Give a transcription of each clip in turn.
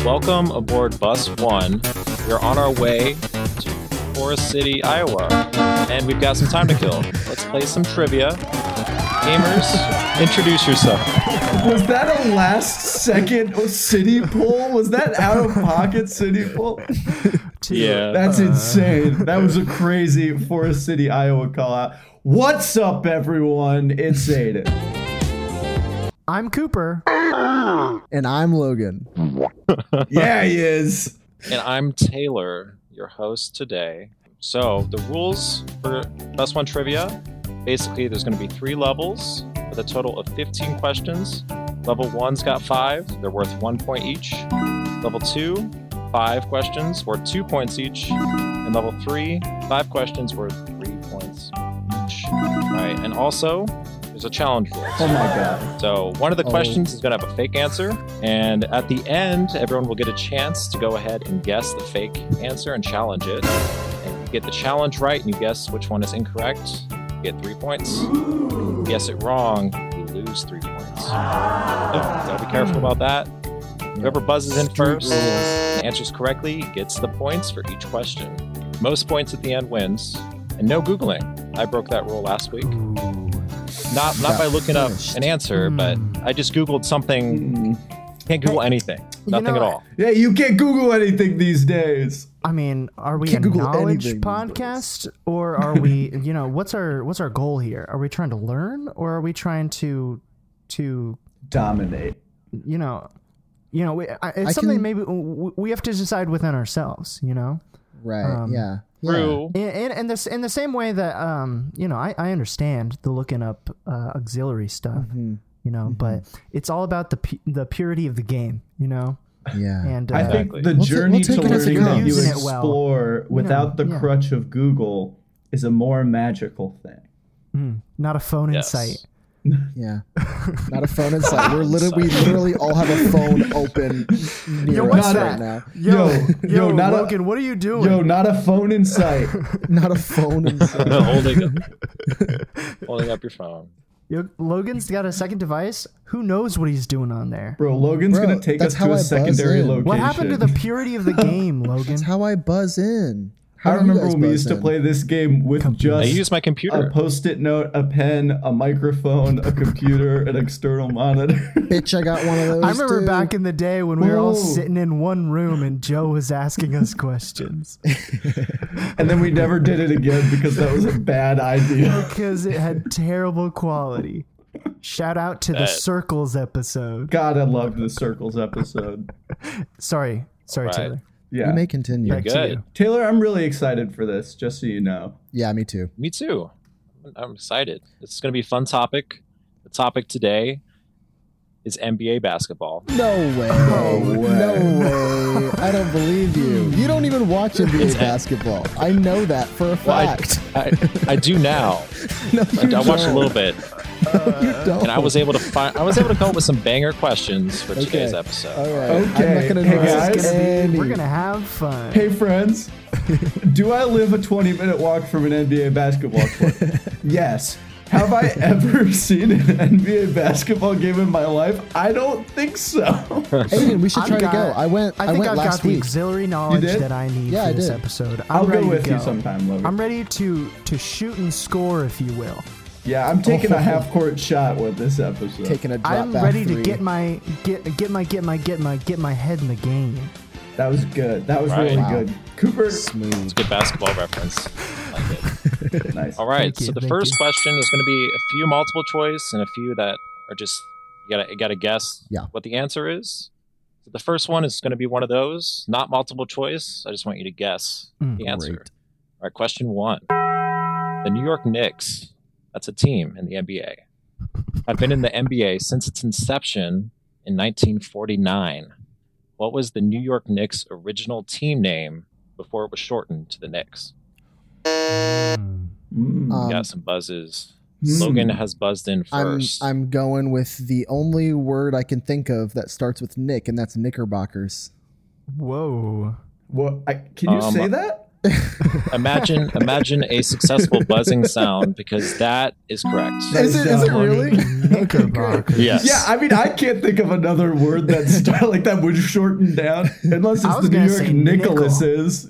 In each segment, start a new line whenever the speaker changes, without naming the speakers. Welcome aboard Bus One. We're on our way to Forest City, Iowa, and we've got some time to kill. Let's play some trivia. Gamers, introduce yourself.
Was that a last second city pull? Was that out of pocket city pull?
Yeah.
That's insane. That was a crazy Forest City, Iowa call out. What's up, everyone? It's Aiden.
I'm Cooper.
And I'm Logan.
Yeah, he is.
And I'm Taylor, your host today. So, the rules for Best One Trivia basically, there's going to be three levels with a total of 15 questions. Level one's got five, they're worth one point each. Level two, five questions worth two points each. And level three, five questions worth three points each. All right, and also, there's a challenge rule.
Oh my god.
So one of the
Oh.
questions is going to have a fake answer, and at the end, everyone will get a chance to go ahead and guess the fake answer and challenge it. And if you get the challenge right, and you guess which one is incorrect, you get three points. If you guess it wrong, you lose three points. So gotta be careful about that. Whoever buzzes in first and answers correctly gets the points for each question. Most points at the end wins, and no googling. I broke that rule last week not not by looking up an answer, but
Hmm.
I just googled something.
Mm.
Can't Google anything, nothing
know,
at all.
Yeah, you can't Google anything these days.
I mean, are we
Can't
a
Google
knowledge
anything,
podcast or are we, you know, what's our what's our goal here? Are we trying to learn or are we trying to to,
Dominate.
you know, you know, we, I, it's
I
something
can-
maybe we we have to decide within ourselves, you know?
Right.
Um,
yeah. Yeah.
True.
In, in, in this in the same way that um, you know, I, I understand the looking up uh, auxiliary stuff,
Mhm.
you know, but it's all about the pu- the purity of the game, you know?
Yeah.
And
I
uh,
think the
Exactly.
We'll ta-
journey
we'll take
to
it as it
learning that you
goes. Using it well.
explore without the
yeah.
crutch of Google is a more magical thing.
mm, not a phone
Yes.
in sight.
Yeah. Not a phone in sight. We're literally, we literally all have a phone open near
what's
us
that?
right now.
Yo, yo, not a-
what are you doing?
Yo, not a phone in sight.
Not a phone in sight.
holding up, holding up your phone.
Yo, Logan's got a second device. Who knows what he's doing on there?
Bro, Logan's
Bro,
gonna take
that's
us
how
to
I
a
buzz
secondary
in.
location.
What happened to the purity of the game, Logan?
That's how I buzz in. How
I
do you
remember
guys
when we
buzz
used to
in?
play this game with
I
just
use my
a
computer.
post-it note, a pen, a microphone, a computer, an external monitor.
Bitch, I got one of those.
I remember
too.
back in the day when we were all
Ooh.
sitting in one room and Joe was asking us questions
and then we never did it again because that was a bad idea.
because it had terrible quality. Shout out to the
That-
circles episode.
God, I loved the circles episode.
Sorry, sorry,
Right.
Taylor.
Yeah.
You may continue.
Back to
Good.
you.
Taylor, I'm really excited for this, just so you know.
Yeah, me too.
Me too. I'm excited. This is going to be a fun topic. The topic today is NBA basketball.
No way.
No way.
No way. I don't believe you.
Hmm.
You don't even watch NBA basketball. I know that for a
Well, I-
fact.
I, I do now.
no,
I,
you
I watched a
don't.
little bit,
You don't.
and I was able to find. I was able to come up with some banger questions for today's episode.
All right.
Okay.
I'm not gonna
Hey,
notice
guys.
This is gonna be-
any.
we're gonna have fun.
Hey, friends, do I live a 20 minute walk from an NBA basketball court? yes. Have I ever seen an NBA basketball game in my life? I don't think so.
Aiden, we should
I've
try
got-
to go. I went.
I think
went
have
last
got the
week.
auxiliary knowledge
did?
that I need
Yeah,
for
I
this
did.
episode. I'm
I'll
ready
go
to
with
go.
you sometime, Logan.
I'm ready to to shoot and score, if you will.
yeah, I'm taking a half court shot with this episode.
Taking a drop
I'm
back
ready to
three.
get my get get my get my get my get my head in the game.
That was good. That was
Right.
really
Wow.
good. Cooper,
smooth.
Good basketball reference. I like it.
nice.
All right.
Thank you,
so the
thank
first
you.
question is going to be a few multiple choice and a few that are just you gotta you gotta guess
Yeah.
what the answer is. So the first one is going to be one of those, not multiple choice. I just want you to guess
Mm.
the answer.
Great.
All right. Question one: The New York Knicks. That's a team in the NBA. I've been in the NBA since its inception in 1949. What was the New York Knicks original team name before it was shortened to the Knicks?
Mm.
Um,
We got some buzzes.
Hmm.
Logan has buzzed in
I'm
first.
I'm going with the only word I can think of that starts with Nick, and that's Knickerbockers.
Whoa!
What? I, can you
Um,
say that?
Imagine, imagine a successful buzzing sound because that is correct.
Is it- is it really?
Knickerbocker.
Yes.
Yeah, I mean, I can't think of another word that's style like that would shorten down, unless
I
it's
was
the New
gonna
York
say nickel.
Nicholases.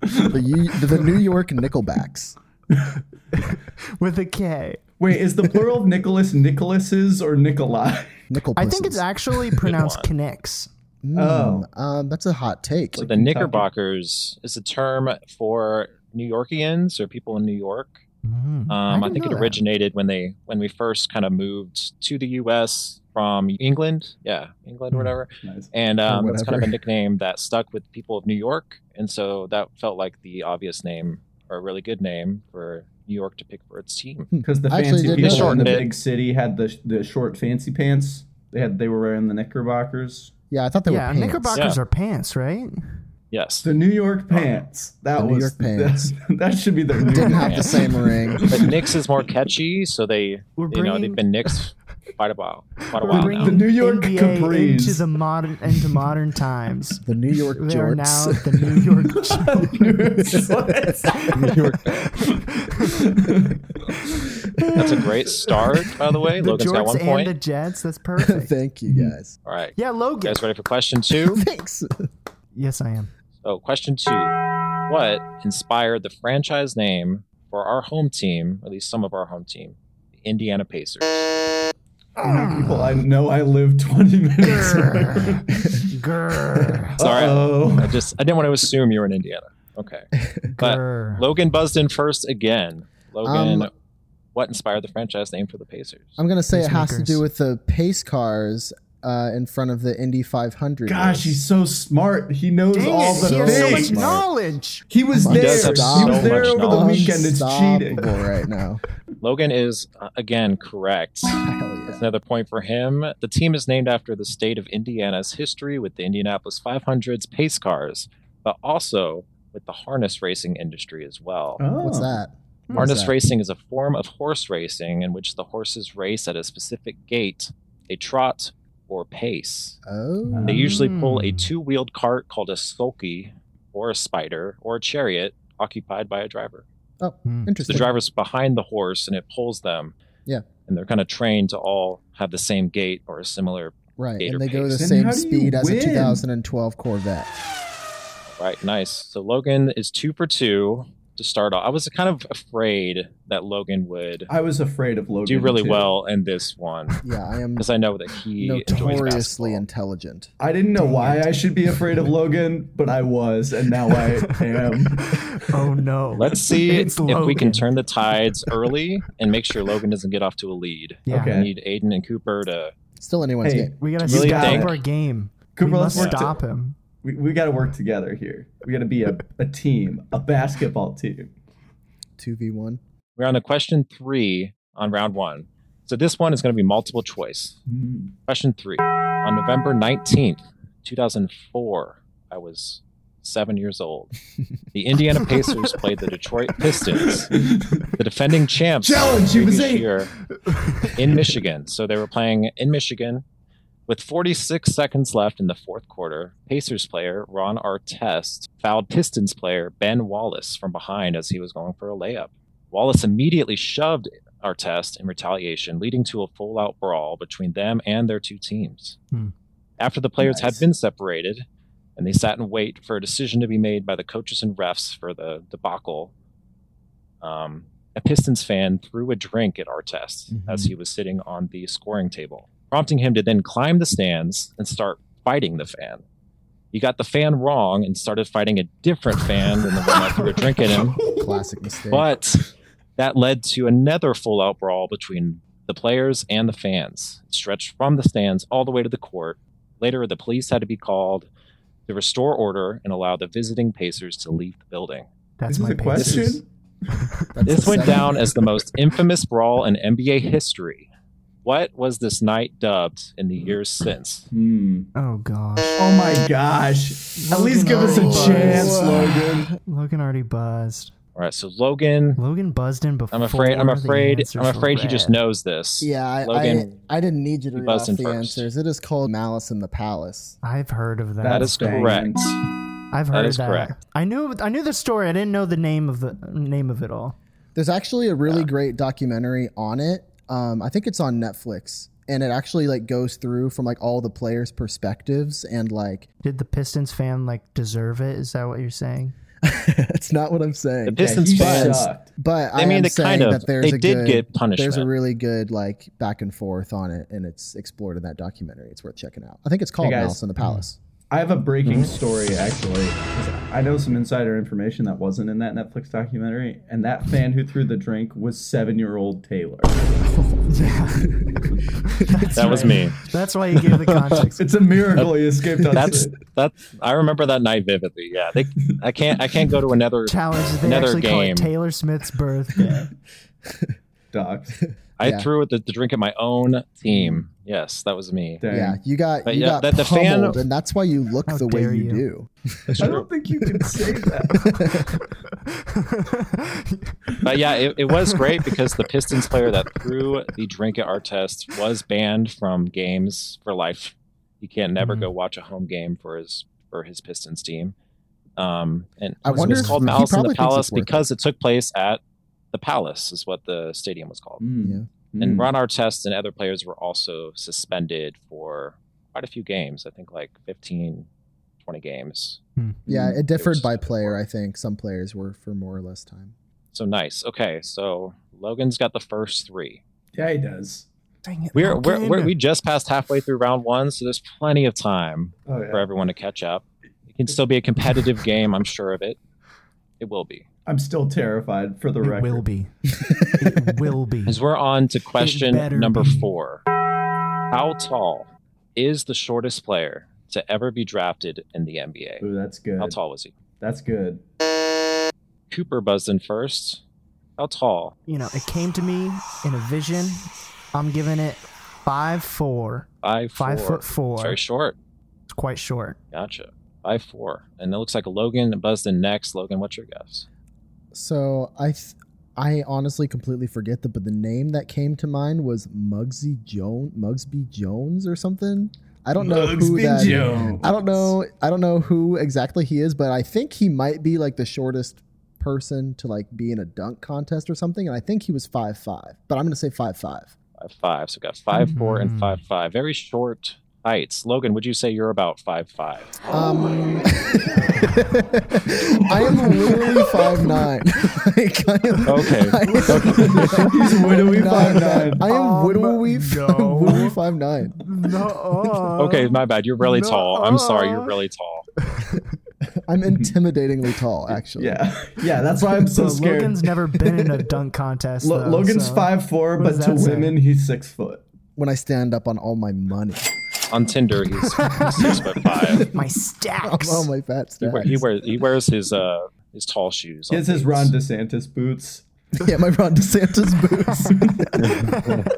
The, U- the New York Nickelbacks.
With a K.
Wait, is the plural of Nicholas Nicholases or Nikolai?
Nickel.
I think it's actually pronounced Knicks.
Oh.
Um, that's a hot take.
So the Knickerbockers is a term for New Yorkians or people in New York.
Uh,
Mm.
Um, I,
didn't
think it
know that.
originated when they when we first kind of moved to the U.S. from England. Yeah, England or
Hmm.
whatever.
Nice.
And um, it's kind of a
whatever.
nickname that stuck with people of New York, and so that felt like the obvious name or a really good name for New York to pick for its team.
Because the
I actually
fancy
did
know
people in
that. Shortened
the
it.
big city had the the short fancy pants. They had they were wearing the Knickerbockers.
yeah, I thought they
yeah,
were pants.
knickerbockers
Yeah.
are pants, right?
Yes,
The New York pants. That
The New
was
York pants.
That, should be their new.
Didn't have the
Pants.
same ring.
but Knicks is more catchy, so they
We're
you know
bringing-
they've been Knicks quite a while, quite a
We're
while
bringing
now.
The New York
NBA
capris.
into the modern into modern times.
The New York
They are now
Jorts.
the New York. Gi-
New York.
That's a great start, by the way.
the
Logan's got
Jorts
one point.
and the Jets. That's perfect.
Thank you guys.
All right,
yeah,
you
Logan.
guys ready for question Mm-hmm. two?
Thanks.
Yes, I am.
So, question two What inspired the franchise name for our home team, or at least some of our home team, the Indiana Pacers?
People, I know I live 20 minutes.
Grr.
Sorry,
Uh-oh.
I just I didn't want to assume you were in Indiana. Okay. But
Grr.
Logan buzzed in first again. Logan,
Um,
what inspired the franchise name for the Pacers?
um,
I'm gonna say it has to
Pacemakers.
do with the pace cars uh, in front of the Indy 500.
Gosh,
race.
he's so smart. He knows
Dang
all the
it, he has so much
Hmm.
things.
Smart.
knowledge.
he was
He
there.
does have so
he was there
much
over the
knowledge.
weekend. It's cheating.
Unstoppable right now.
Logan is uh, again correct.
Hell yeah.
That's another point for him. The team is named after the state of Indiana's history with the Indianapolis 500's pace cars, but also with the harness racing industry as well.
Oh.
What's that? What's
Harness
that?
racing is a form of horse racing in which the horses race at a specific gait, a trot, or pace.
Oh,
They usually pull a
Mm.
two wheeled cart called a sulky, or a spider, or a chariot occupied by a driver. So
Oh,
Hmm.
interesting.
the driver's behind the horse and it pulls them.
Yeah.
And they're kind of trained to all have the same gait or a similar.
right,
Gator
and they go the
pace.
Then
same
how do you
speed as a
win?
2012 Corvette.
Right, nice. So Logan is two for two to start off. I was kind of afraid that Logan would
I was afraid of Logan.
do really
too.
well in this one
Yeah, I am
because I know that he enjoys
Hmm. notoriously
basketball.
intelligent.
I didn't know why I should be afraid of Logan, but I was, and now I am.
Oh no.
Let's see
It's
if we can
Logan.
turn the tides early and make sure Logan doesn't get off to a lead.
Yeah.
Okay.
We need Aiden and Cooper to.
Still anyone's
Hey,
game.
We gotta
Really
stop
think-
our game.
Cooper,
we
let's
must
work. To,
stop him.
we we got to work together here. We got to be a, a team, a basketball team.
Two v one.
We're on to question three on round one. So this one is going to be multiple choice. Question three. On November 19th, 2004, I was seven years old. The Indiana Pacers played the Detroit Pistons, the defending champs
Challenge, you
previous
was eight.
year in Michigan. So they were playing in Michigan with 46 seconds left in the fourth quarter. Pacers player Ron Artest fouled Pistons player Ben Wallace from behind as he was going for a layup. Wallace immediately shoved our test in retaliation, leading to a full out brawl between them and their two teams.
Hmm.
After the players
Nice.
had been separated and they sat in wait for a decision to be made by the coaches and refs for the debacle, um, a Pistons fan threw a drink at Artest as he was sitting on the scoring table, prompting him to then climb the stands and start fighting the fan. He got the fan wrong and started fighting a different fan than the one that threw a drink at him.
Classic mistake.
But that led to another full out brawl between the players and the fans. It stretched from the stands all the way to the court. Later, the police had to be called to restore order and allow the visiting Pacers to leave the building.
That's
This
my
is a
basis.
question.
That's
This
the
went
second-
down as the most infamous brawl in NBA history. What was this night dubbed in the years since?
Hmm.
Oh gosh.
Oh my gosh! At least give us a
Logan
chance,
already
Logan.
Logan already buzzed.
All right, so Logan,
Logan buzzed in before.
I'm afraid, I'm
the
afraid,
answers
I'm
were
afraid he just
read.
knows this.
Yeah, I,
Logan,
I, I didn't need you to
you
read
buzzed
off
in
the
first.
answers. It is called Malice in the Palace.
I've heard of that.
that is
Dang.
correct.
I've heard
is
that.
correct.
I knew I knew the story. I didn't know the name of the name of it all.
There's actually a really great documentary on it. Um, I think it's on Netflix, and it actually like goes through from like all the players' perspectives and like
Did the Pistons fan like deserve it? Is that what you're saying?
that's not what I'm
The
saying.
Pistons
he
fans,
sucked.
But I,
I mean,
am
they
saying
kind of
that there's
they
a
did
good,
get
There's a
punishment.
really good like back and forth on it, and it's explored in that documentary. It's worth checking out. I think it's called
guys.
Mouse in the Palace.
I have a breaking story actually. 'cause I know some insider information that wasn't in that Netflix documentary, and that fan who threw the drink was seven-year-old Taylor.
that was me.
That's why you gave the context.
It's a miracle he escaped
That's
unscathed.
that's I remember that night vividly. Yeah, they, I can't I can't go to another.
Challenge. They
Another
actually call
game.
it Taylor Smith's birthday.
Docs.
I
Yeah.
threw the, the drink at my own team. Yes, that was me.
Dang.
Yeah, you got
But
you
yeah,
got
that the fan-
pummeled, and that's why you look
How
the way
dare
you,
you.
do.
I don't think you can say that.
But yeah, it, it was great because the Pistons player that threw the drink at our test was banned from games for life. He can't never
Mm-hmm.
go watch a home game for his for his Pistons team. Um, and
I
it was
wonder if
called
he
Malice in the
probably thinks it's
Palace
worth it.
because it took place at the Palace, is what the stadium was called.
Mm.
And
Mm.
Ron Artest and other players were also suspended for quite a few games. I think like 15, 20 games.
Yeah, it differed
was-
by player. I think some players were for more or less time.
So nice. Okay, so Logan's got the first three.
Yeah, he does.
Dang it,
We're, we're,
Logan.
we're we just passed halfway through round one, so there's plenty of time
Oh
for
yeah.
everyone to catch up. It can still be a competitive game, I'm sure of it. It will be.
I'm still terrified for the
It will
record.
be. It will be.
As we're on to question
better
number
be.
four How tall is the shortest player to ever be drafted in the NBA?
Ooh, that's good.
How tall was he?
That's good.
Cooper buzzed in first. How tall?
You know, it came to me in a vision. I'm giving it five four.
Five,
Five
four.
foot four.
Very short.
It's quite short.
Gotcha. Five four. And it looks like Logan buzzed in next. Logan, what's your guess?
So I, th- I honestly completely forget the but the name that came to mind was Muggsy Jones, Mugsby Jones or something. I don't know who
Mugsby
that.
Jones.
I don't know. I don't know who exactly he is, but I think he might be like the shortest person to like be in a dunk contest or something. And I think he was five five, but I'm gonna say five five.
Five five. So we got five four and
Mhm.
five five. Very short heights. Logan, would you say you're about five five?
Oh
Um, I am literally five nine. like, I am,
Okay.
I am,
He's widowy
not
five
that-
nine.
I am
Um,
widowy,
no.
widowy five nine.
No.
Okay,
Um,
my bad. You're really
no.
tall. I'm sorry.
uh,
You're really tall.
I'm intimidatingly tall, actually.
Yeah, yeah. That's why I'm so
Bro,
scared.
Logan's never been in a dunk contest.
Lo-
though,
Logan's
so-
five four,
What
but
does
to
that say?
women he's six foot.
When I stand up on all my money,
On Tinder, he's six foot five.
My
on
stacks.
Oh
all my fat
He, wear,
stacks.
he wears he wears his uh his tall shoes.
He
on
has his
dates.
Ron DeSantis boots.
yeah, my Ron DeSantis boots.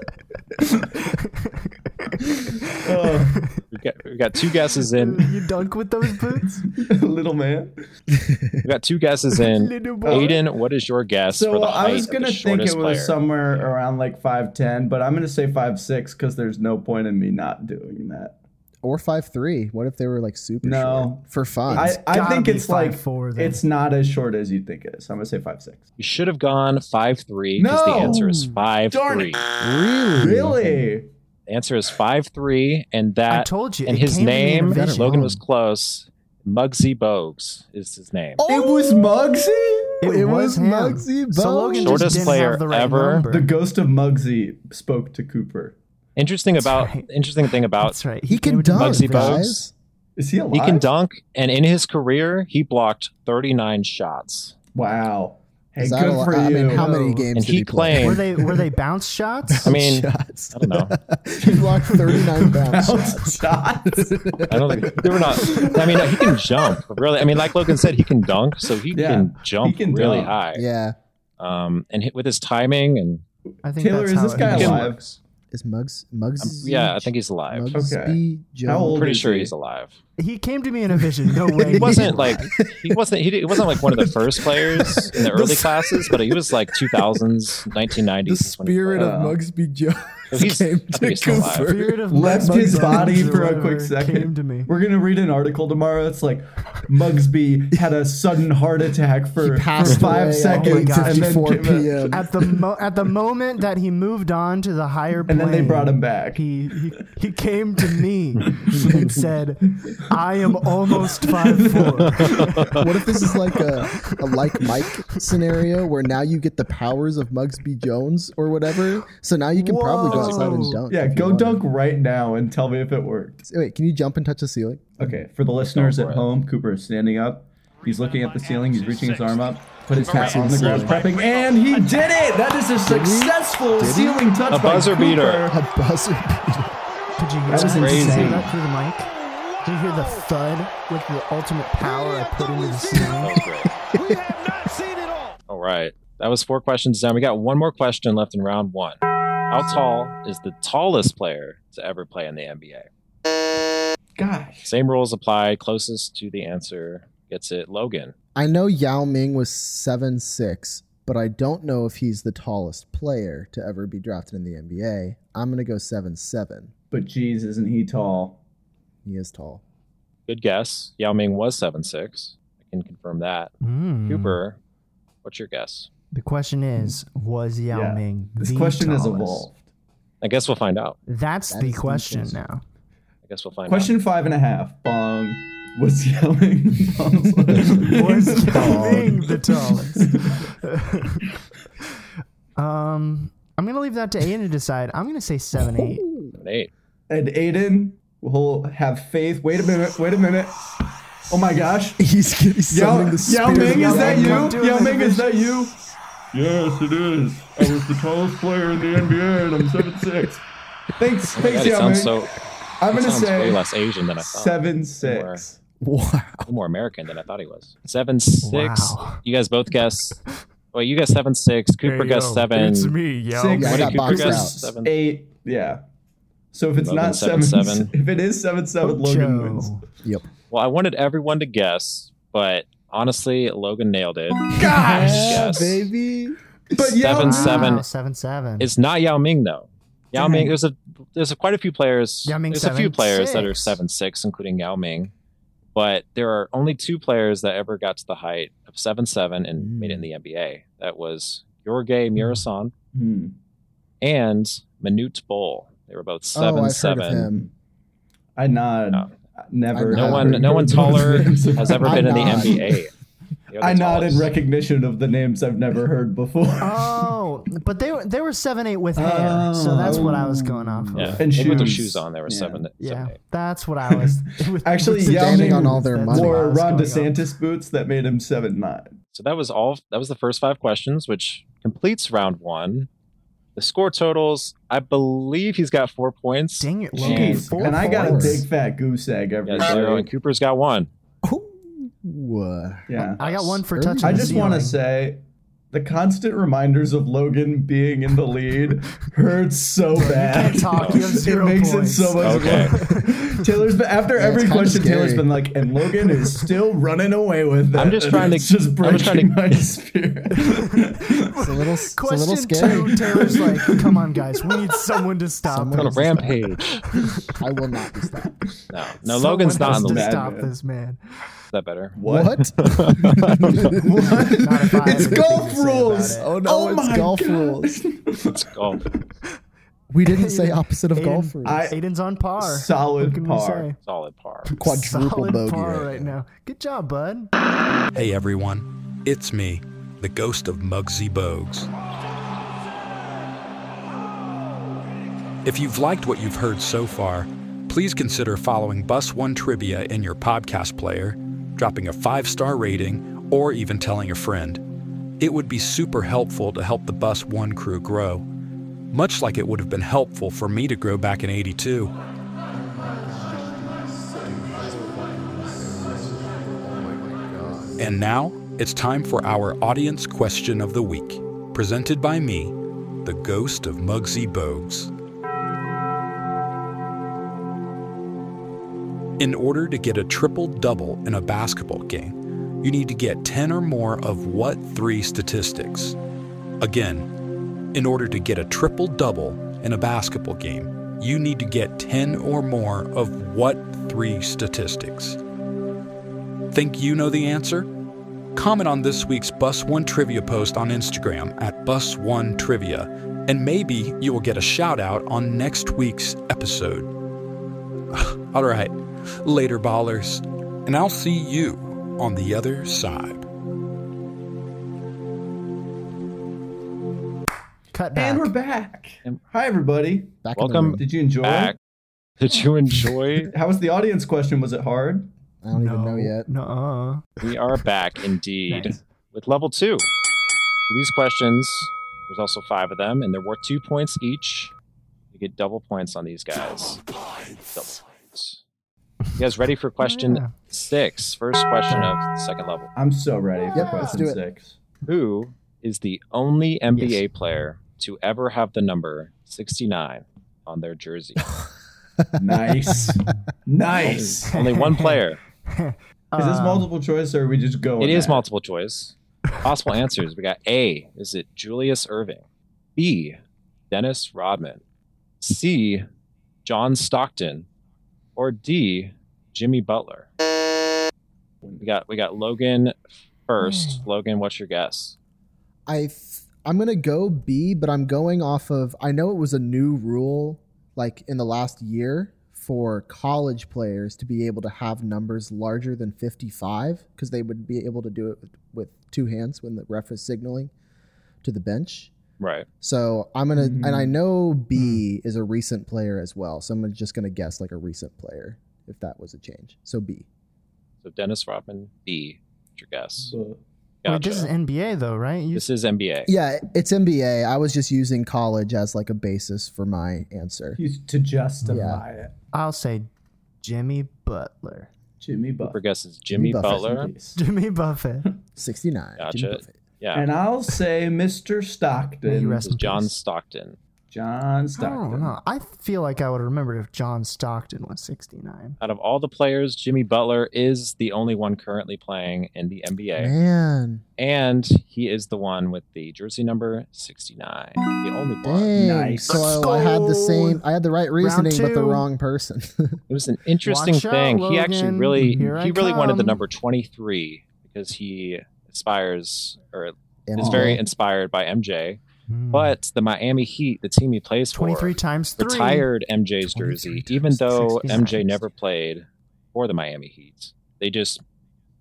Oh,
We got, we got two guesses in.
you dunk with those boots,
little man.
We got two guesses in.
little boy.
Aiden, what is your guess for
So
the height
I was
of
gonna
the
think
shortest
it was
player?
somewhere around like five ten, but I'm gonna say five six because there's no point in me not doing that.
or five three. What if they were like super
No.
short for fun?
I, I
gotta
think
be
it's like
5'4" then.
it's not as short as you think it is. I'm gonna say five six.
You should have gone five three because the
No!
answer is five
Darn
three.
it.
really?
Really?
The answer is five three, and
I
that
told you.
and
it
his
came to me in
name
a
Got it
vision.
Logan
wrong.
was close. Muggsy Bogues is his name.
It was Muggsy.
It was
him.
Muggsy
So
Bogues.
Logan
Shortest
just didn't
player
have the right
ever.
number.
The ghost of Muggsy spoke to Cooper.
Interesting about
right.
interesting thing about
That's right.
He
came
can
to me
dunk,
in a
Muggsy
vision.
Bogues.
guys.
Is he alive?
he can dunk, and in his career he blocked 39 shots,
Wow. Hey,
Is that
good
a lot-
for
I
you.
mean, how many
No.
games
and
did he,
he
play?
claimed.
Were they were they bounce shots?
I mean,
shots.
I don't know.
he blocked 39 bounce shots.
shots.
I don't think they were not. I mean, he can jump really. I mean, like Logan said, he can dunk, so he
Yeah,
can jump
he can
really
dunk.
high.
Yeah.
Um, and hit with his timing, and
I think
Taylor,
that's
is
how
this
it
guy
is.
alive?
Is Muggs Muggs?
um, yeah, I think he's alive.
Muggs
Okay.
B.
How
Jones.
I'm
old
pretty
is
sure
he?
he's alive.
He came to me in a vision. No way.
He wasn't like he wasn't he, di- he wasn't like one of the first players in the early
s-
classes, but he was like 2000s, 1990s.
The
is when he
spirit
played.
of
Uh,
Muggsby Jones.
He's-
came
I think
to
he's still alive.
Cooper.
Spirit of
Left
Muggsy
his body
or
for a
whatever
quick
Came
second.
to me.
We're gonna read an article tomorrow. It's like Mugsby had a sudden heart attack for, for
passed away
five
at
seconds, and then,
8:54
came out-
p.m.
At the mo- at the moment that he moved on to the higher
and
plane,
then they brought him back.
He, he he came to me and said, "I am almost five four.
What if this is like a, a like Mike scenario where now you get the powers of Mugsby Jones or whatever? So now you can probably go
Whoa.
outside and dunk.
yeah,
if you
go
want.
dunk right now and tell me if it worked.
Wait, can you jump and touch the ceiling?
Okay, for the listeners
go
at
for it.
home, Cooper is standing up. He's looking at the ceiling. He's reaching his arm up. Put his hat on the ground, prepping, and he did it! That is a successful ceiling touch
A
by
buzzer
Cooper.
beater.
A buzzer beater.
Did you hear
That was
Did you hear
insane.
that through the mic? Did you hear the thud with the ultimate power I put into the ceiling?
Oh, great. all right. That was four questions down. We got one more question left in round one. How tall is the tallest player to ever play in the NBA?
Gosh.
Same rules apply. Closest to the answer gets it. Logan.
I know Yao Ming was seven six, but I don't know if he's the tallest player to ever be drafted in the NBA. I'm gonna go seven seven.
But geez, isn't he tall?
He is tall.
Good guess. Yao Ming was seven six. I can confirm that.
Mm.
Cooper, what's your guess?
The question is, was Yao
Yeah.
Ming
This
the
question
tallest?
has evolved.
I guess we'll find out.
That's
That
the
is the
question
question.
now.
I guess we'll find out.
Question five and a half. Bong was yelling.
Was Yao
Bong.
Ming the tallest? um, I'm gonna leave that to Aiden to decide. I'm gonna say seven eight.
Question eight.
and Aiden will have faith. Wait a minute. Wait a minute. Oh my gosh.
He's, he's
Yao,
summoning the spirit.
Yao Ming,
of
is that
Ming.
Come
you?
do
Yao
it,
Ming, is that you?
Yes, it is. I was the tallest player in the NBA, and I'm seven six.
Thanks,
Oh my God,
thanks,
it
Yao Ming.
sounds so.
I'm
It
gonna
sounds way
say
less Asian than I thought.
seven six.
Wow.
A little more American than I thought he was. Seven six.
Wow.
You guys both guessed. Well, you guessed seven six. Cooper guessed seven.
me, Yao.
Six.
I
What
got
did Cooper
boxed out.
guess? Seven.
Seven. Eight. Yeah. So if it's
Logan,
not
seven,
seven,
seven.
if it is seven
Oh,
seven, Logan wins.
Yep.
Well, I wanted everyone to guess, but honestly, Logan nailed it.
Gosh.
Yes.
baby.
But Yao
Seven,
Ming-
seven.
Wow, seven seven.
It's not Yao Ming though. Yao
Dang.
Ming. There's a there's a quite a few players.
Yao Ming
there's a
seven,
few players that are
six.
seven six, including Yao Ming. But there are only two players that ever got to the height of seven seven and
Mm.
made it in the NBA. That was Jorge Murasan
Hmm.
and Manute Bol. They were both
Oh,
seven
I've
seven.
heard of him.
I nod.
No.
Never.
I
No
nod.
one, no one taller has ever
I
been in the
nod.
NBA. You're the
I nod in
tallest.
recognition of the names I've never heard before.
Oh, but they were they were seven eight with hair, so that's what I was going off of.
Yeah,
And
Maybe with their
shoes.
shoes on, there were
Yeah.
seven.
Yeah,
seven, eight.
that's what I was. with-
Actually,
with the
Yao
Jalen
Ming
on all their
That's
money.
what I
Wore
was
Ron
going off.
DeSantis boots that made him seven nine.
So that was all. That was the first five questions, which completes round one. The score totals, I believe he's got four points.
Dang it, Logan.
And-
Jeez,
Four
and I got a
forwards.
big fat goose egg every
Yeah, zero, and
day.
Cooper's got one.
Ooh, uh,
Yeah.
I got one for
Third?
touching.
I
the
just want to
ceiling.
say the constant reminders of Logan being in the lead hurts so bad.
talk, you have zero
it makes
points.
it so much
Okay.
worse. Taylor's been, after
Yeah, it's
every
kinda
question,
scary.
Taylor's been like, and Logan is still running away with it.
I'm just
and
trying to-
it's just breaking
I'm just trying to-
my spirit.
it's a little, it's a little
Question
scary.
two, Taylor's like, "Come on, guys, we need someone to stop
Someone
On a
this.
rampage.
I will not be stopped.
No, no,
Someone
Logan's not
has
in the
to
lead. Is
bad
stop
man.
this man."
that better?
what?
Not if I
It's
have anything to
golf
say about
rules.
it.
Oh no,
Oh
it's
my
golf
God.
rules.
It's golf.
We didn't say opposite of
Aiden,
golf rules.
I-
Aiden's on par. What
Oh, Solid
can
par.
we say?
Solid par.
Quadruple
Solid
bogey.
par
right
right now. Good job, bud.
Hey everyone, it's me, the ghost of Muggsy Bogues. If you've liked what you've heard so far, please consider following Bus One Trivia in your podcast player, dropping a five star rating, or even telling a friend. It would be super helpful to help the Bus One crew grow, much like it would have been helpful for me to grow back in 82. And now it's time for our audience question of the week, presented by me, the ghost of Muggsy Bogues. In order to get a triple double in a basketball game, you need to get 10 or more of what three statistics? Again, in order to get a triple double, in a basketball game, you need to get 10 or more of what three statistics? Think you know the answer? Comment on this week's Bus One Trivia post on Instagram at Bus One Trivia, and maybe you will get a shout out on next week's episode. All right, later, ballers, and I'll see you on the other side.
Cut back.
And we're back. Hi, everybody.
Back
Welcome.
In
Did you enjoy?
Back. Did you enjoy?
How was the audience question? Was it hard?
the room. I don't even know yet.
No.
we are back indeed
Nice.
with level two. These questions, there's also five of them, and they're worth two points each. You get double points on these guys. Double points. You guys ready for question
Yeah.
six? First question of the second level.
I'm so ready for
Yep, let's
question
do it.
six.
Who is the only NBA player to ever have the number 69 on their jersey?
Nice. nice.
Only one player.
Is this
Um,
multiple choice or are we just going?
It is multiple choice. Possible answers. We got A. Is it Julius Irving? B. Dennis Rodman. C. John Stockton. Or D. Jimmy Butler. We got we got Logan first. Logan, what's your guess?
I th- I'm gonna go B, but I'm going off of I know it was a new rule like in the last year for college players to be able to have numbers larger than 55 because they would be able to do it with, with two hands when the ref is signaling to the bench.
Right.
So I'm gonna and I know B is a recent player as well. So I'm just gonna guess like a recent player if that was a change. So B.
So Dennis Rodman, B. What's your guess?
Um, Wait, this is
Gotcha.
NBA though, right? You,
This is NBA.
Yeah, it's NBA. I was just using college as like a basis for my answer.
Used to justify it.
I'll say Jimmy Butler.
Jimmy
Her
Butler.
guess is Jimmy,
Jimmy Butler.
Butler.
Jimmy Buffett.
69. Jimmy
Gotcha.
Buffett.
Yeah.
And I'll say Mr.
May you
Stockton.
rest
This is
in
John
peace.
Stockton.
John
I don't
Stockton.
know. I feel like I would remember if John Stockton was 69.
Out of all the players, Jimmy Butler is the only one currently playing in the NBA.
Mm-hmm.
Man.
and he is the one with the jersey number 69 the only one
Dang.
Nice.
So I had the same, I had the right reasoning, but the
two.
wrong person.
it was an interesting
Watch out,
thing he actually
Logan.
really
Here I
he really wanted the
come.
number 23 because he aspires or is
MJ.
very inspired by mj
Hmm.
but the miami heat the team he plays for
23 times 3.
retired mj's
23
jersey
times
even though
69.
mj never played for the miami heat they just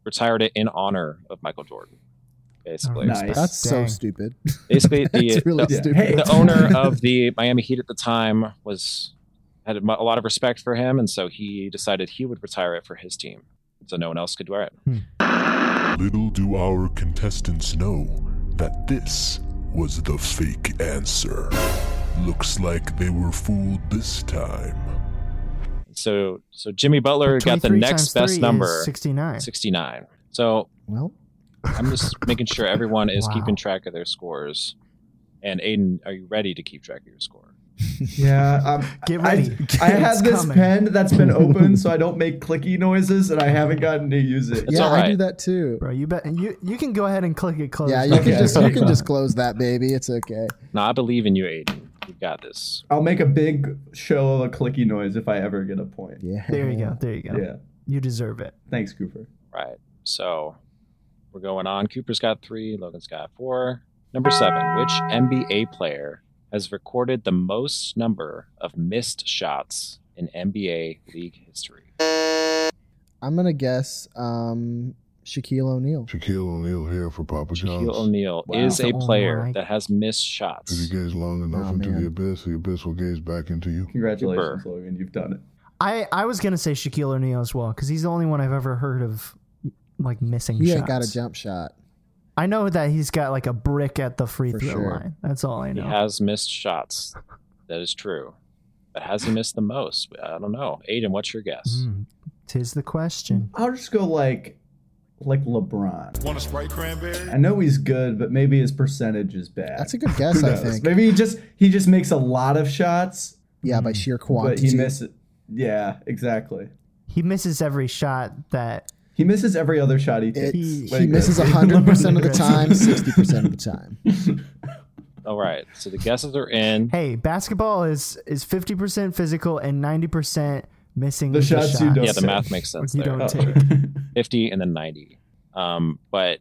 retired it in honor of michael jordan basically
Nice.
That's so
Oh, Dang.
stupid.
basically the,
It's really
the,
stupid.
Hey.
the owner of the Miami Heat at the time was had a mu- a lot of respect for him, and so he decided he would retire it for his team, so no one else could wear it.
Little do our contestants know that this was the fake answer. Looks like they were fooled this time.
So, so Jimmy Butler got the
23
next
times three
best
is
number,
69.
sixty-nine. So
Well,
I'm just making sure everyone is
Wow.
keeping track of their scores. And Aiden, are you ready to keep track of your score?
Yeah. Um,
Get
I,
ready.
I
It's
had this
coming.
pen that's been open so I don't make clicky noises and I haven't gotten to use it.
yeah,
all
I
right.
do that too.
Bro, you bet you you can go ahead and click it close.
Yeah, you
Okay.
can just you can
Okay.
just close that baby. It's okay.
No, I believe in you, Aiden. You got this.
I'll make a big show of a clicky noise if I ever get a point.
Yeah.
There you go. There you go.
Yeah.
You deserve it.
Thanks, Cooper.
Right. So we're going on. Cooper's got three, Logan's got four. Number seven, which NBA player has recorded the most number of missed shots in NBA league history?
I'm gonna guess um, Shaquille O'Neal.
Shaquille O'Neal here for Papa
Shaquille O'Neal
Wow.
is a
Oh
player
my.
that has missed shots.
gaze long
enough Oh, into man. the
abyss, the abyss will gaze back into you.
Congratulations,
Cooper.
Logan. You've done it.
I I was gonna say Shaquille O'Neal as well because he's the only one I've ever heard of like missing
He
shots.
ain't got a jump shot.
I know that he's got like a brick at the free
For
throw
sure.
line. That's all I
He
know.
has missed shots. That is true. But has he missed the most? I don't know. Aiden, what's your guess?
Mm, tis the question.
I'll just go like like LeBron.
Want a Sprite Cranberry?
I know he's good, but maybe his percentage is bad.
That's a good
Who
guess, I
knows?
think.
Maybe he just he just makes a lot of shots,
Yeah, by sheer
but
quantity.
he misses. Yeah, exactly.
He misses every shot that
He misses every other shot he
It-
takes.
he
Like,
misses
uh,
hundred percent of the
LeBron-
time, sixty percent of the time.
All right. So the guesses are in.
Hey, basketball is is fifty percent physical and ninety percent missing
The shots you don't
Yeah, the
Six.
math makes sense
You
there.
don't
Oh.
take.
50 and then 90. Um, but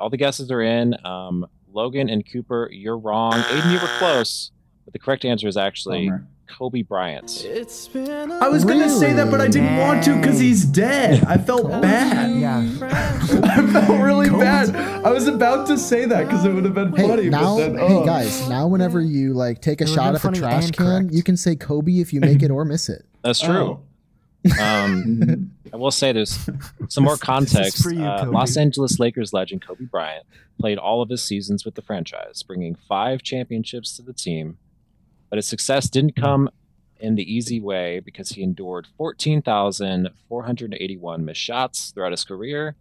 all the guesses are in. Um, Logan and Cooper, you're wrong. Aiden, you were close. But the correct answer is actually
Bummer.
Kobe Bryant.
I was gonna say that, but I didn't want to because he's dead. I felt bad.
Yeah,
I felt really bad. I was about to say that because it would have been
Hey,
funny. but
now,
then,
hey
oh.
guys, now whenever you like take a
would've
shot
been
at the
funny
trash
and
can,
correct.
you can say Kobe if you make it or miss it.
That's
Oh.
true.
Oh.
Um, I will say there's some more context.
for you,
Uh,
Kobe.
Los Angeles Lakers legend Kobe Bryant played all of his seasons with the franchise, bringing five championships to the team. But his success
Hmm.
didn't come in the easy way because he endured 14,481 missed shots throughout his career,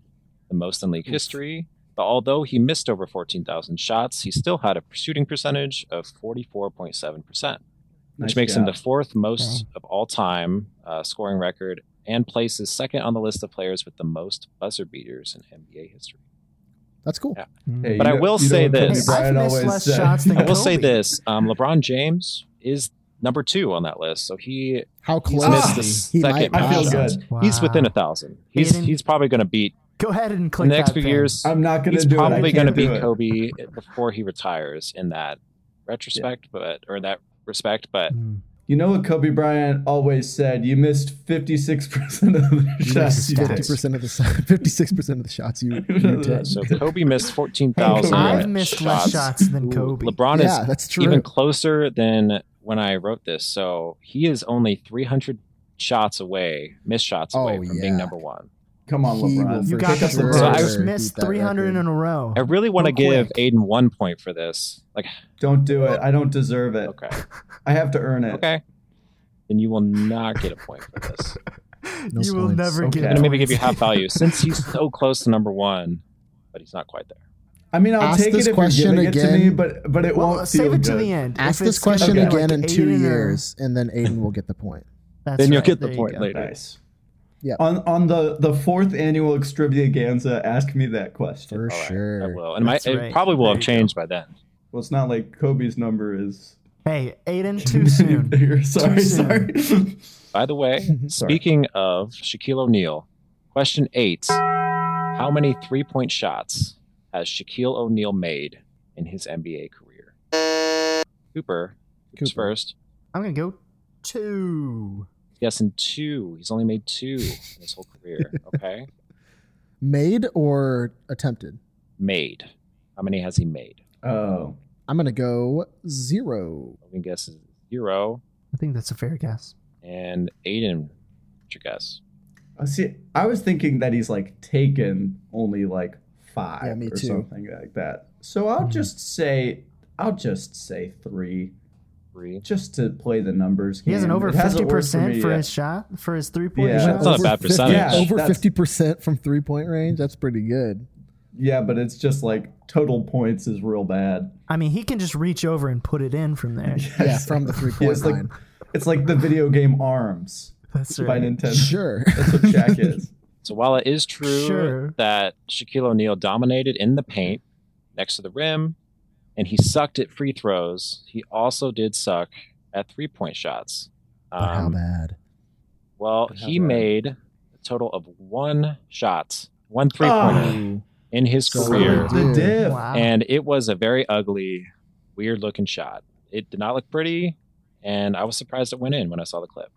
the most in
Hmm.
league history. But although he missed over 14,000 shots, he still had a shooting percentage of 44.7% which
Nice
makes him
job.
the fourth most of all time uh, scoring record and places second on the list of players with the most buzzer beaters in NBA history.
That's cool.
Yeah.
Hmm.
Hey,
But
you
I
know-
will
you know
say
what Kobe
this.
Bryant
I've missed
always
less
said?
shots than
I will say
Kobe.
this um, LeBron James is number two on that list. So he
How
he's
close?
missed
Ah,
the
he might
second.
I feel
most.
good.
He's within a
Wow.
thousand. He's,
Aiden-
he's probably going to beat
go ahead and click
in the next
that
few
thing.
years.
I'm not gonna
he's
do it. I
probably
can't
going to
do
beat
it.
Kobe before he retires in that retrospect, but or in that respect. But
Mm.
You know what Kobe Bryant always said? You missed 56% of the shots you
Fifty
did.
percent of the fifty-six percent of the shots you, you take.
so Kobe missed fourteen thousand.
I've missed less shots than Kobe.
LeBron is
Yeah, that's true.
even closer than when I wrote this. So he is only 300 shots away, missed shots away
Oh,
from
yeah.
going number one.
Come on,
He will
LeBron.
You
for
got
Pick up
this.
the
sure
So
LeBron.
I-
Just
beat
missed
that
300
record.
in a row.
I really want to
Real
give
quick.
Aiden one point for this. Like,
Don't do it. I don't deserve it.
okay,
I have to earn it.
okay. Then you will not get a point for this.
No
you will
points.
never
Okay.
get.
I'm going to maybe give you half
points.
value since he's so close to number one, but he's not quite there.
I mean, I'll
Ask
take
this
it if you're
question
giving it to me,
again.
but but it
Well,
won't
save
feel
it
good.
to the end.
Ask
If
this
it's gonna
question
be like
again in
eight
two
or-
years, and then Aiden will get the point.
That's
Then you'll
right,
get the
there you
point
go.
later.
Nice.
Yeah.
On on the the fourth annual extravaganza, ask me that question.
For
All right,
sure.
I will. And my,
That's
it
right.
probably will
There
have
you go.
changed by then.
Well, it's not like Kobe's number is
Hey, Aiden, too soon.
sorry, sorry.
soon.
By the way, speaking of Shaquille O'Neal, question eight How many three point shots has Shaquille O'Neal made in his NBA career? Cooper, Cooper's
Cooper.
first.
I'm gonna go two.
He's guessing two. He's only made two in his whole career. Okay.
Made or attempted?
made. How many has he made?
oh,
I'm gonna go zero.
Logan guesses zero.
I think that's a fair guess.
And Aiden, what's your guess?
I see. I was thinking that he's like taken only like five
Yeah, me
or
too.
something like that. So
Mm-hmm.
I'll just say I'll just say three,
Three.
just to play the numbers.
He has an
game.
over
It hasn't
fifty
worked
percent
me
for
yet.
his shot, for his three point
Yeah.
shot.
That's not a
Over
bad
50
percentage.
Yeah,
over
that's-
fifty percent from three point range. That's pretty good.
Yeah, but it's just like total points is real bad.
I mean, he can just reach over and put it in from there.
Yeah, from the three
Yeah,
point
it's like
line.
it's like the video game Arms
That's
by
right.
Nintendo.
Sure.
That's what Jack is.
So while it is true
Sure.
that Shaquille O'Neal dominated in the paint next to the rim and he sucked at free throws, he also did suck at three point shots.
But how
Um,
bad? Uh,
well,
But how
he
bad?
made a total of one shot, one three pointer in his
So
career.
good.
The
Dude.
diff.
Wow.
And it was a very ugly, weird looking shot. It did not look pretty. And I was surprised it went in when I saw the clip.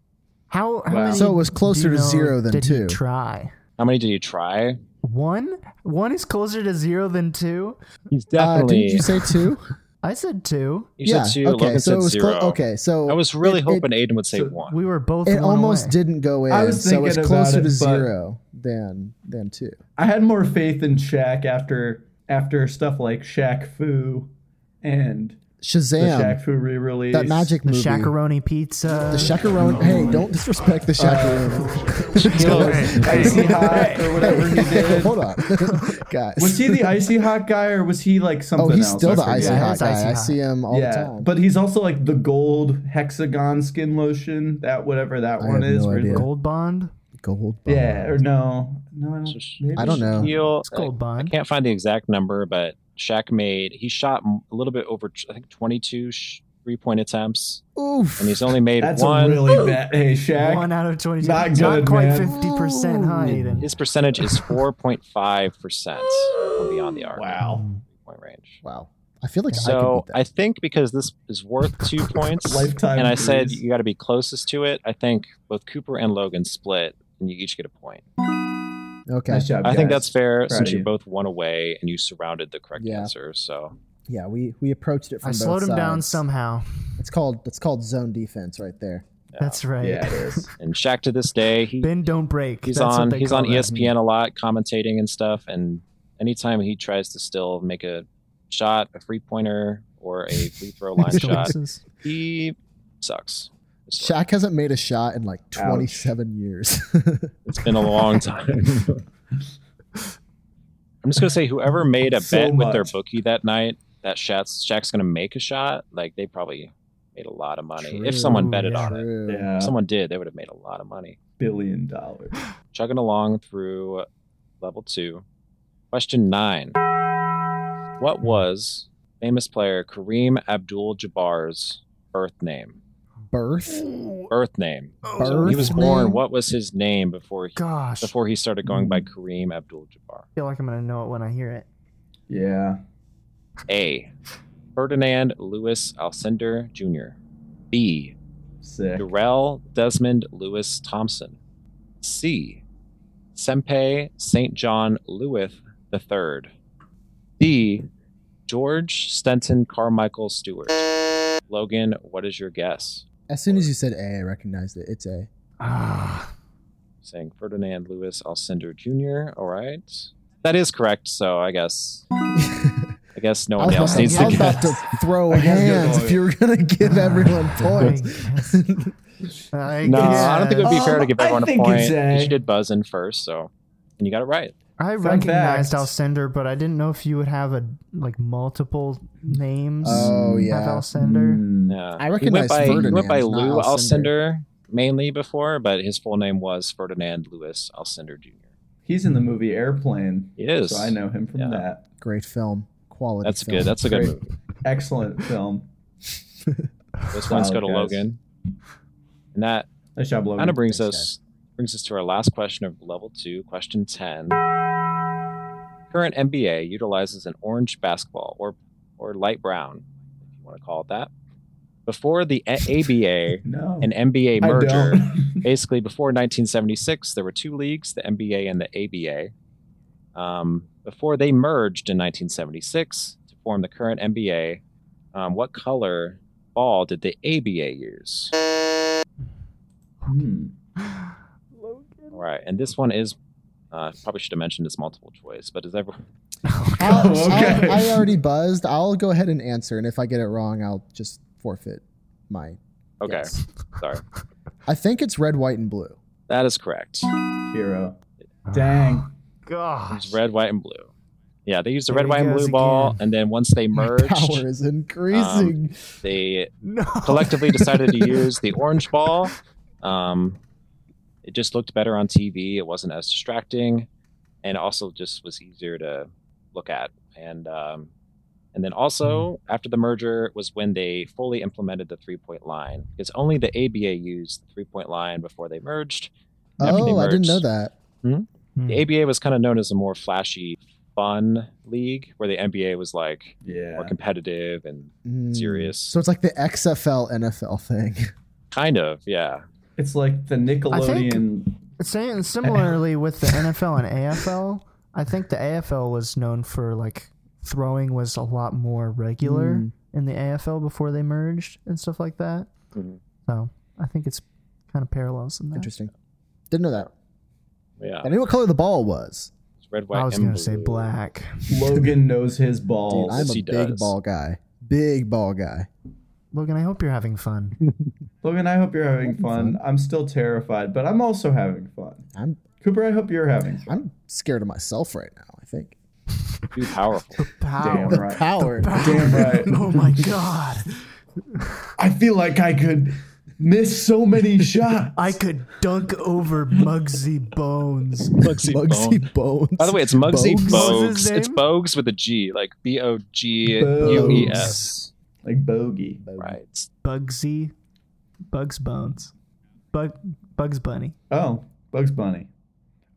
how, how
Wow.
many
So it was closer
do you
to
know
zero than
did he
two.
try
How many did he try?
one. One is closer to zero than two.
He's
Uh,
definitely.
didn't you say two?
I said two.
you said two. Logan
so it
said
was
zero.
clo- okay, so
I was really
it-
hoping Aiden would say
so-
one.
We were both.
It, it
one
almost
away.
didn't go in.
I was
so it's
thinking about
closer
it,
to
but-
zero than than two.
I had more faith in Shaq after after stuff like Shaq Fu and the
Shazam!
Shaq Fu re-release.
That magic
The
movie.
shakaroni pizza.
The
Oh
Shakarone. Hey, don't disrespect the Shakarone.
Icy Hot or whatever he
Hey,
did.
hold on, guys.
Was he the Icy Hot guy or was he like something
oh,
else?
he's still
I
the
forget.
icy
Yeah,
hot
he's
guy.
Icy
I
Hot.
see him all
yeah,
the time.
but he's also like the gold hexagon skin lotion, that whatever that
I
one
have
is.
no
where-
idea.
Gold Bond.
gold. Bond.
Yeah, or no, No, I don't.
So sh-
maybe
I don't
she-
know.
Shaquille-
It's gold
I
bond.
can't find the exact number, but Shaq made he shot m- a little bit over I think 22 sh- three point attempts,
Oof.
and he's only made
That's
one.
a really bad. Hey, Shaq.
One out of twenty-two.
Not
It's
good,
not quite
man.
fifty percent, huh, Aiden?
His percentage is 4.5 percent from beyond the arc.
Wow.
Point range.
Wow. I feel like
So
I
I
could
think because this is worth two points,
Lifetime.
and I said
threes.
you got to be closest to it. I think both Cooper and Logan split, and you each get a point.
beat that. Okay.
Nice job,
I think
guys.
that's fair
Proud
since
of
you
you.
both won away and you surrounded the correct
Yeah.
answer. So
Yeah, we we approached it from
I
both
slowed him down
sides.
somehow.
It's called it's called zone defense right there.
yeah.
That's right.
Yeah, it is.
and Shaq to this day he
Ben, don't break.
he's
That's what
on
they
he's
call
on E
that.
ESPN a lot commentating and stuff and anytime he tries to still make a shot a free pointer or a free throw line shot
Choices.
he sucks
Shaq hasn't made a shot in like 27 years.
it's been a long time I'm just gonna say whoever made a
So
bet with their
much.
bookie that night that Shaq's, Shaq's gonna make a shot like they probably made a lot of money if someone
True,
betted on it
True.
Yeah,
if someone did they would have made a lot of money
billion dollars.
chugging along through level two. Question nine What was famous player Kareem Abdul Jabbar's birth name?
Birth.
Birth name.
Birth
He was born.
name?
What was his name before he,
Gosh, I
before he started going by Kareem Abdul Jabbar?
feel like I'm gonna know it when I hear it.
Yeah.
A. Ferdinand Lewis Alcindor Jr. B.
Sick.
Durrell Desmond Lewis Thompson. C. Sempe St. John Lewis III. D. George Stenton Carmichael Stewart. Logan, what is your guess?
As soon as you said A, I recognized it. It's A.
Ah,
Saying Ferdinand Lewis Alcindor Jr. All right. That is correct, so I guess. I guess no one
I was,
else
about,
needs
I was
to
about
guess.
to throw
I guess you're
hands
going.
if you were gonna give everyone points.
I
No, I don't think it would be
guess.
fair to give
Um, I
everyone a
think
point.
it's a-
'cause You did buzz in first, so. And you got it right.
I
Fun
recognized
fact.
Alcindor, but I didn't know if you would have a like multiple names
Oh
of
yeah.
Alcindor.
Mm.
Yeah.
I
He went
recognize
by- He went by
Ferdinand, not
Lou
Alcindor.
Alcindor mainly before, but his full name was Ferdinand Lewis Alcindor Jr.
He's in the movie Airplane.
He is.
So I know him from
Yeah.
that.
Great film. Quality.
That's
film.
good. That's a good
Great.
movie.
Excellent film.
Those ones go to
Solid, guys.
Logan. And that
Nice job, Logan.
kind of brings
Thanks,
us brings us to our last question of level two, question ten. Current NBA utilizes an orange basketball or or light brown, if you want to call it that. Before the A- ABA
No.
and NBA
I
merger,
don't.
basically before 1976 there were two leagues the nba and the aba um, before they merged in 1976 to form the current nba um, what color ball did the aba use
Hmm.
Mm.
all right and this one is uh, probably should have mentioned it's multiple choice but is everyone
I'll-
Oh, okay.
I, I already buzzed. I'll go ahead and answer, and if I get it wrong, I'll just forfeit my.
okay
guess.
sorry
I think it's red, white, and blue.
that is correct
Hero. Dang.
Gosh.
it's red white and blue yeah they used the
There
red
he
white and
goes
blue ball
again.
and then once they
My power
merged
is increasing.
they
No.
collectively decided to use the orange ball. Um, it just looked better on TV. It wasn't as distracting, and also just was easier to look at. And um, and then also
Hmm.
after the merger was when they fully implemented the three point line because only the ABA used the three point line before they merged. After they
oh, I didn't know
merged,
that.
Hmm.
The ABA was kind of known as a more flashy, fun league, where the NBA was like
Yeah.
more competitive and
Mm.
serious.
So it's like the XFL NFL thing.
kind of, yeah.
It's like the
I
Nickelodeon.
Same, similarly with the NFL and AFL, I think the AFL was known for like throwing was a lot more regular
Mm.
in the AFL before they merged and stuff like that.
Mm-hmm.
Mhm.
So I think it's kind of parallels in that.
Interesting. Didn't know that.
Uh, Yeah,
I knew what color the ball was.
It's red, white.
I was
and
going to say
blue.
black.
Logan knows his
Dude,
balls.
I'm
he
a big
does.
ball guy. Big ball guy.
Logan, I hope you're having fun.
Logan, I hope you're having fun. I'm still terrified, but I'm also having fun.
I'm
Cooper, I hope you're having fun.
I'm scared of myself right now. I think.
Too powerful.
Damn right.
Power.
Damn right.
Oh my god.
I feel like I could miss so many shots.
I could dunk over Muggsy Bones.
Mugsy, Bone.
Mugsy Bones.
By the way, it's Mugsy
Bogues?
What's his
Bogues. It's
name?
Bogues with a G, like B O G U E S.
like bogey.
Right.
Bugsy, Bugs Bones, Bug Bugs Bunny.
Oh, Bugs Bunny.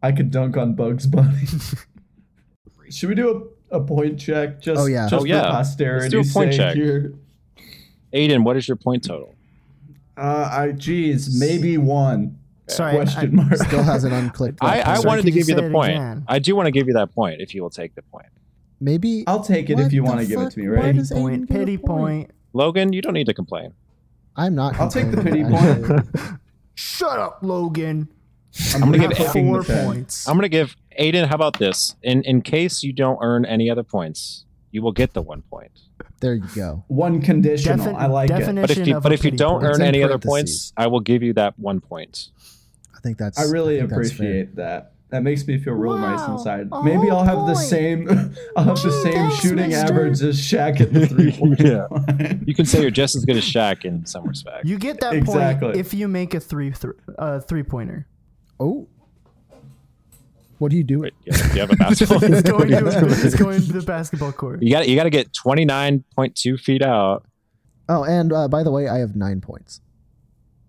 I could dunk on Bugs Bunny. Should we do a, a point check? Just,
Oh, yeah.
just
Oh, yeah.
for
Let's
posterity.
do a point
sake
check.
Here.
Aiden, what is your point total?
Uh, I geez, maybe one
Sorry,
question mark.
Still has an unclicked.
I, I
weapon.
sorry,
wanted to
can you
give you
say
the
it
point.
again?
I do want to give you that point if you will take the point.
Maybe
I'll take it
What
if you
the
want to give it
fuck?
to me,
Why
right?
does Aiden
point.
get a
Pity point.
Logan, you don't need to complain.
I'm not.
I'll take the pity
complaining,
point.
actually.
Shut up, Logan.
I'm
gonna
not
give
fucking
Four
with that.
points.
I'm going to give Aiden, how about this? In, in case you don't earn any other points, you will get the one point.
There you go.
One conditional.
Defin-
I like it.
definition
But if you,
of
but
a
if you
pity
don't
point.
earn
in
any other
parentheses.
points, I will give you that one point.
I think that's.
I really
think that's fair. Oh,
appreciate that. That makes me feel real nice
Wow,
inside.
a
Maybe
whole
I'll have the
point.
same, I'll have the
Gee,
same
thanks,
shooting
mister.
average as Shaq at the three point
Yeah.
line.
You can say you're just as good as Shaq in some respect.
you get that
Exactly.
point if you make a three th- uh, three pointer.
Oh. What do you do?
Wait, you have, you have a basketball.
It's going to it's going to the basketball court.
you got you got to get 29.2 feet out.
Oh, and uh, by the way, I have nine points.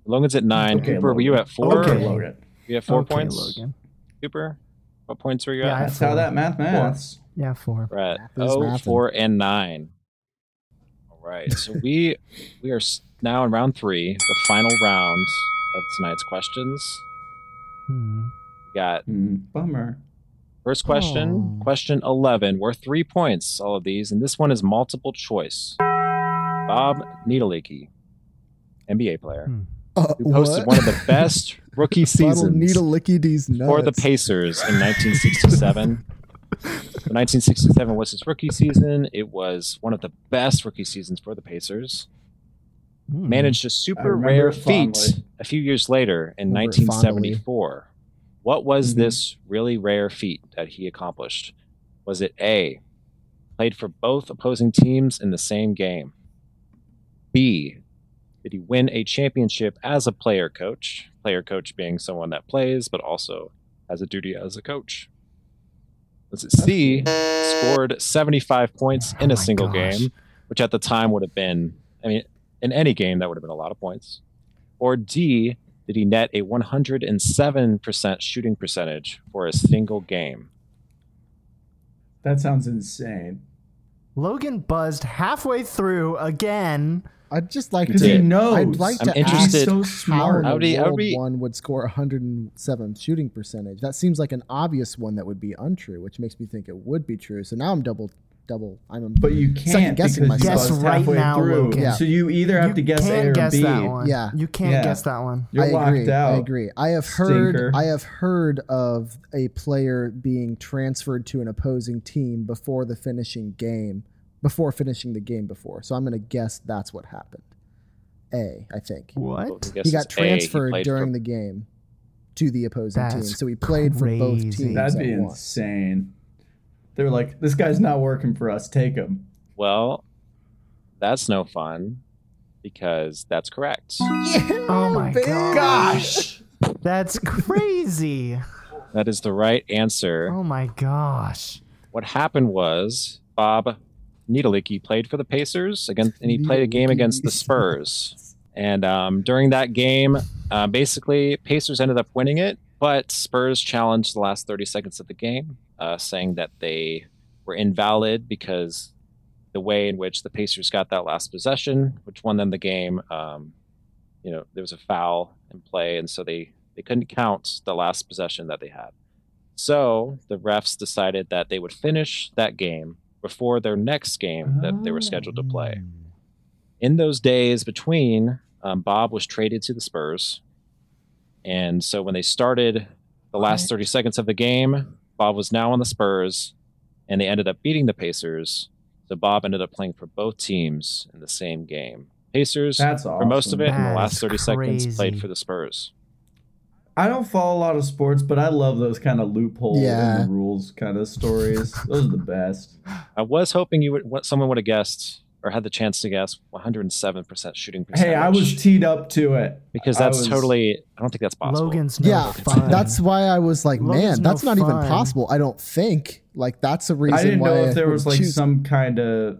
Logan's at nine.
Okay,
Cooper, were you
Logan.
at four?
Okay,
Okay.
Logan.
You have four
Okay,
points.
Logan.
Cooper, what points were you
Yeah, I-
at?
That's how that math maths.
Yeah, four.
We're at
Math is
oh,
math.
four, and nine. All right. So we we are s- now in round three, the final round of tonight's questions.
Hmm.
We got
Hmm, bummer.
First question,
Oh.
question 11. We're three points, all of these, and this one is multiple choice. Bob Niederleaky, NBA player,
Hmm.
Uh,
who posted one
what?
of the best rookie
Bottle
seasons
needle licky D's nuts.
for the Pacers in 1967. The 1967 was his rookie season. It was one of the best rookie seasons for the Pacers.
Hmm.
Managed a
I
super
remember
rare
it fondly.
feat a few years later in
Remember it fondly.
1974. What was
Mhm.
Mm-hmm.
this really rare feat that he accomplished? Was it A, played for both opposing teams in the same game? B, did he win a championship as a player coach? Player coach being someone that plays, but also has a duty as a coach. Was it C, scored 75 points in a
Oh my
single
gosh.
game, which at the time would have been, I mean, in any game, that would have been a lot of points. Or D, did he net a 107% shooting percentage for a single game?
That sounds insane.
Logan buzzed halfway through again.
I'd just like
Because he
to.
knows.
I'd like
I'm
to
interested-
He's so
ask how
smart.
in the
How do you- how
world
do you-
one would score 107 shooting percentage. That seems like an obvious one that would be untrue, which makes me think it would be true. So now I'm double, double. I'm a,
But you
Second
can't because
guessing
you
myself.
buzzed
Guess right
halfway
now,
through.
Logan.
Yeah.
So you either have
You
to guess
can't
A or
guess
B.
that one.
Yeah.
You can't
Yeah.
guess that one.
You're
I
locked
agree.
out.
I agree. I have heard.
Stinker.
I have heard of a player being transferred to an opposing team before the finishing game, before finishing the game before. So I'm going to guess that's what happened. A, I think
What?
Guess
he
it's
got
A,
transferred
played
during
for-
the game to the opposing team,
That's
so he played for both
crazy.
teams.
That'd
at
be
once.
insane. They were like, this guy's not working for us. Take him.
Well, that's no fun because that's correct.
Oh my gosh. That's crazy.
That is the right answer.
Oh my gosh.
What happened was Bob Niederlicki played for the Pacers against, and he played a game against the Spurs. And um, during that game, uh, basically, Pacers ended up winning it, but Spurs challenged the last 30 seconds of the game, uh, saying that they were invalid because the way in which the Pacers got that last possession, which won them the game, um, you know, there was a foul in play, and so they they couldn't count the last possession that they had. So the refs decided that they would finish that game before their next game that they were scheduled to play. In those days between, um, Bob was traded to the Spurs. And so when they started the last 30 seconds of the game, Bob was now on the Spurs and they ended up beating the Pacers. So Bob ended up playing for both teams in the same game. Pacers,
That's awesome.
for most of it, in the
That
last
is
30 seconds, played
crazy.
for the Spurs.
I don't follow a lot of sports, but I love those kind of loophole in
Yeah.
the rules kind of stories. Those are the best.
I was hoping you would, what- someone would have guessed or had the chance to guess 107% shooting percentage.
Hey, I was teed up to it.
because
I
that's
was-
totally. I don't think that's possible.
Logan's no
Yeah,
fun.
that's why I was like,
Well, there's
man, that's
no
not even
fun.
possible. I don't think like that's a reason
I didn't
why
know if there
would
was like
choose-
some kind of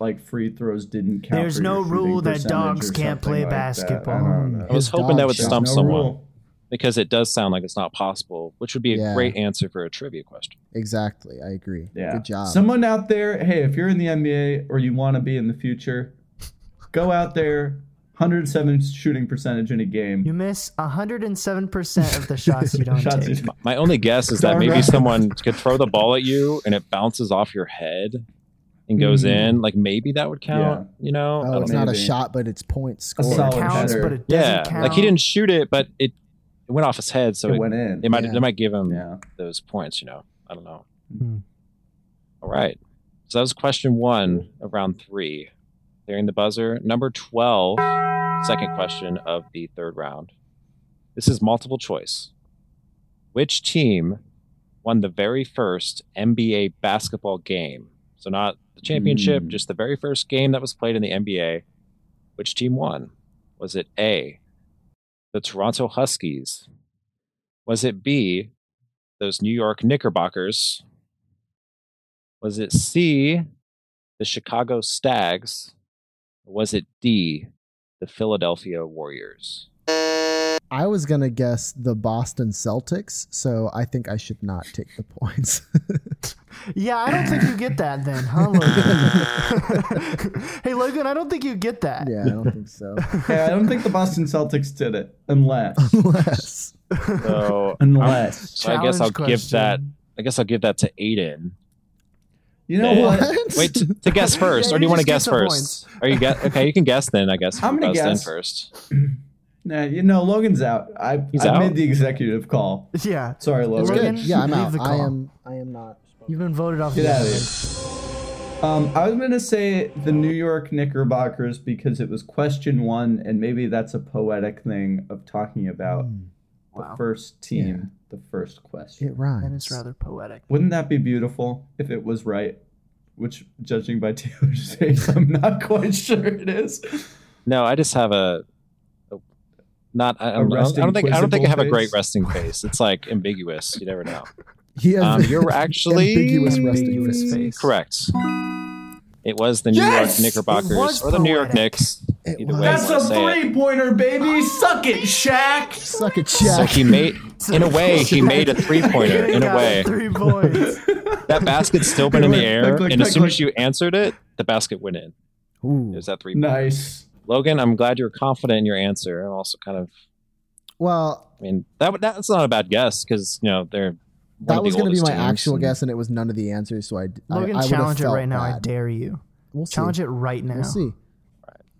like free throws didn't count.
There's
for
no
your shooting
rule that
percentage
dogs
or
can't
something
play
like that.
basketball.
I don't know.
I was
His
hoping that would
dog shit.
stump
There's no
someone
rule.
because it does sound like it's not possible, which would be a
Yeah.
great answer for a trivia question.
exactly. I agree.
Yeah.
Good job.
Someone out there, hey, if you're in the NBA or you want to be in the future, go out there. 107 shooting percentage in a
You
game.
miss 107% of the shots you don't
Shots
take.
is-
My only guess is that
Darn
maybe
right.
someone could throw the ball at you and it bounces off your head and goes
Mm.
Mhm.
in. Like maybe that would count, you know? I
oh,
don't
it's
know.
not a
maybe.
shot, but it's points
A
scored.
solid
It counts,
header.
but it doesn't
yeah,
count.
like he didn't shoot it, but it, it went off his head, so
it
it,
went in.
they might
Yeah.
they might give him
yeah.
those points, you know. I don't know.
Hmm.
All right. So that was question one of round three. Clearing the buzzer. Number 12, second question of the third round. This is multiple choice. Which team won the very first NBA basketball game? So, not the championship,
Hmm.
just the very first game that was played in the NBA. Which team won? Was it A, the Toronto Huskies? Was it B, those New York Knickerbockers? Was it C, the Chicago Stags? Or was it D, the Philadelphia Warriors?
I was gonna guess the Boston Celtics, so I think I should not take the points.
Yeah, I don't think you get that then, huh, Logan? hey, Logan, I don't think you get that.
yeah, I don't think so.
Hey, I don't think the Boston Celtics did it. Unless.
Unless
So,
Unless.
so I guess I'll
Challenge
give that.
question.
I guess I'll give that to Aiden.
You know
Yeah.
what?
Wait to, to guess first,
Yeah,
or do
you
you want to
just get
guess first?
the
Are you guess? Okay, you can guess then. I guess.
I'm
who
gonna
buzzed in
guess.
first.
Nah, you know, Logan's out. I,
He's
I
out?
made the executive call.
Yeah.
Sorry,
It's
Logan.
Logan,
good. Yeah, I'm
leave
out.
the
I
call.
am. I am not.
You've been voted off
Get
the
out of
island.
here. Um, I was going to say the New York Knickerbockers because it was question one, and maybe that's a poetic thing of talking about the
Wow.
first team, the first question.
It rhymes.
That is rather poetic.
Wouldn't that be beautiful if it was right? Which, judging by Taylor's face, I'm not quite sure it is.
No, I just have a. a- Not I, I'm- I don't I
resting
don't think I don't think I have a great
quizzical face?
resting face. It's like ambiguous. You never know.
Yeah,
Um, you're actually
ambiguous resting
Ambiguous
face.
face.
Correct. It was the New
Yes!
York Knickerbockers
It was
or the New York
poetic.
Knicks.
It
Either
was.
way,
That's
you
a
wanna say it.
three pointer, baby! Suck it, Shaq!
Suck it,
So
Shaq.
he made, in a way, he made a three pointer.
You
In a
got
way,
Three points.
that basket's still been in the
Click,
air,
click,
and as
click,
soon
click.
as you answered it, the basket went in. It
Ooh.
was that three.
Nice.
Logan, I'm glad you're confident in your answer. I'm also kind of,
Well,
I mean, that would- that's not a bad guess because you know they're. one
that
of
was
the
going to be
oldest
my
teams,
actual
and-
guess, and it was none of the answers. So I, d- I-
Logan,
I would've
challenge it
felt
right now. I
bad.
dare you.
We'll see.
Challenge it right now.
We'll see.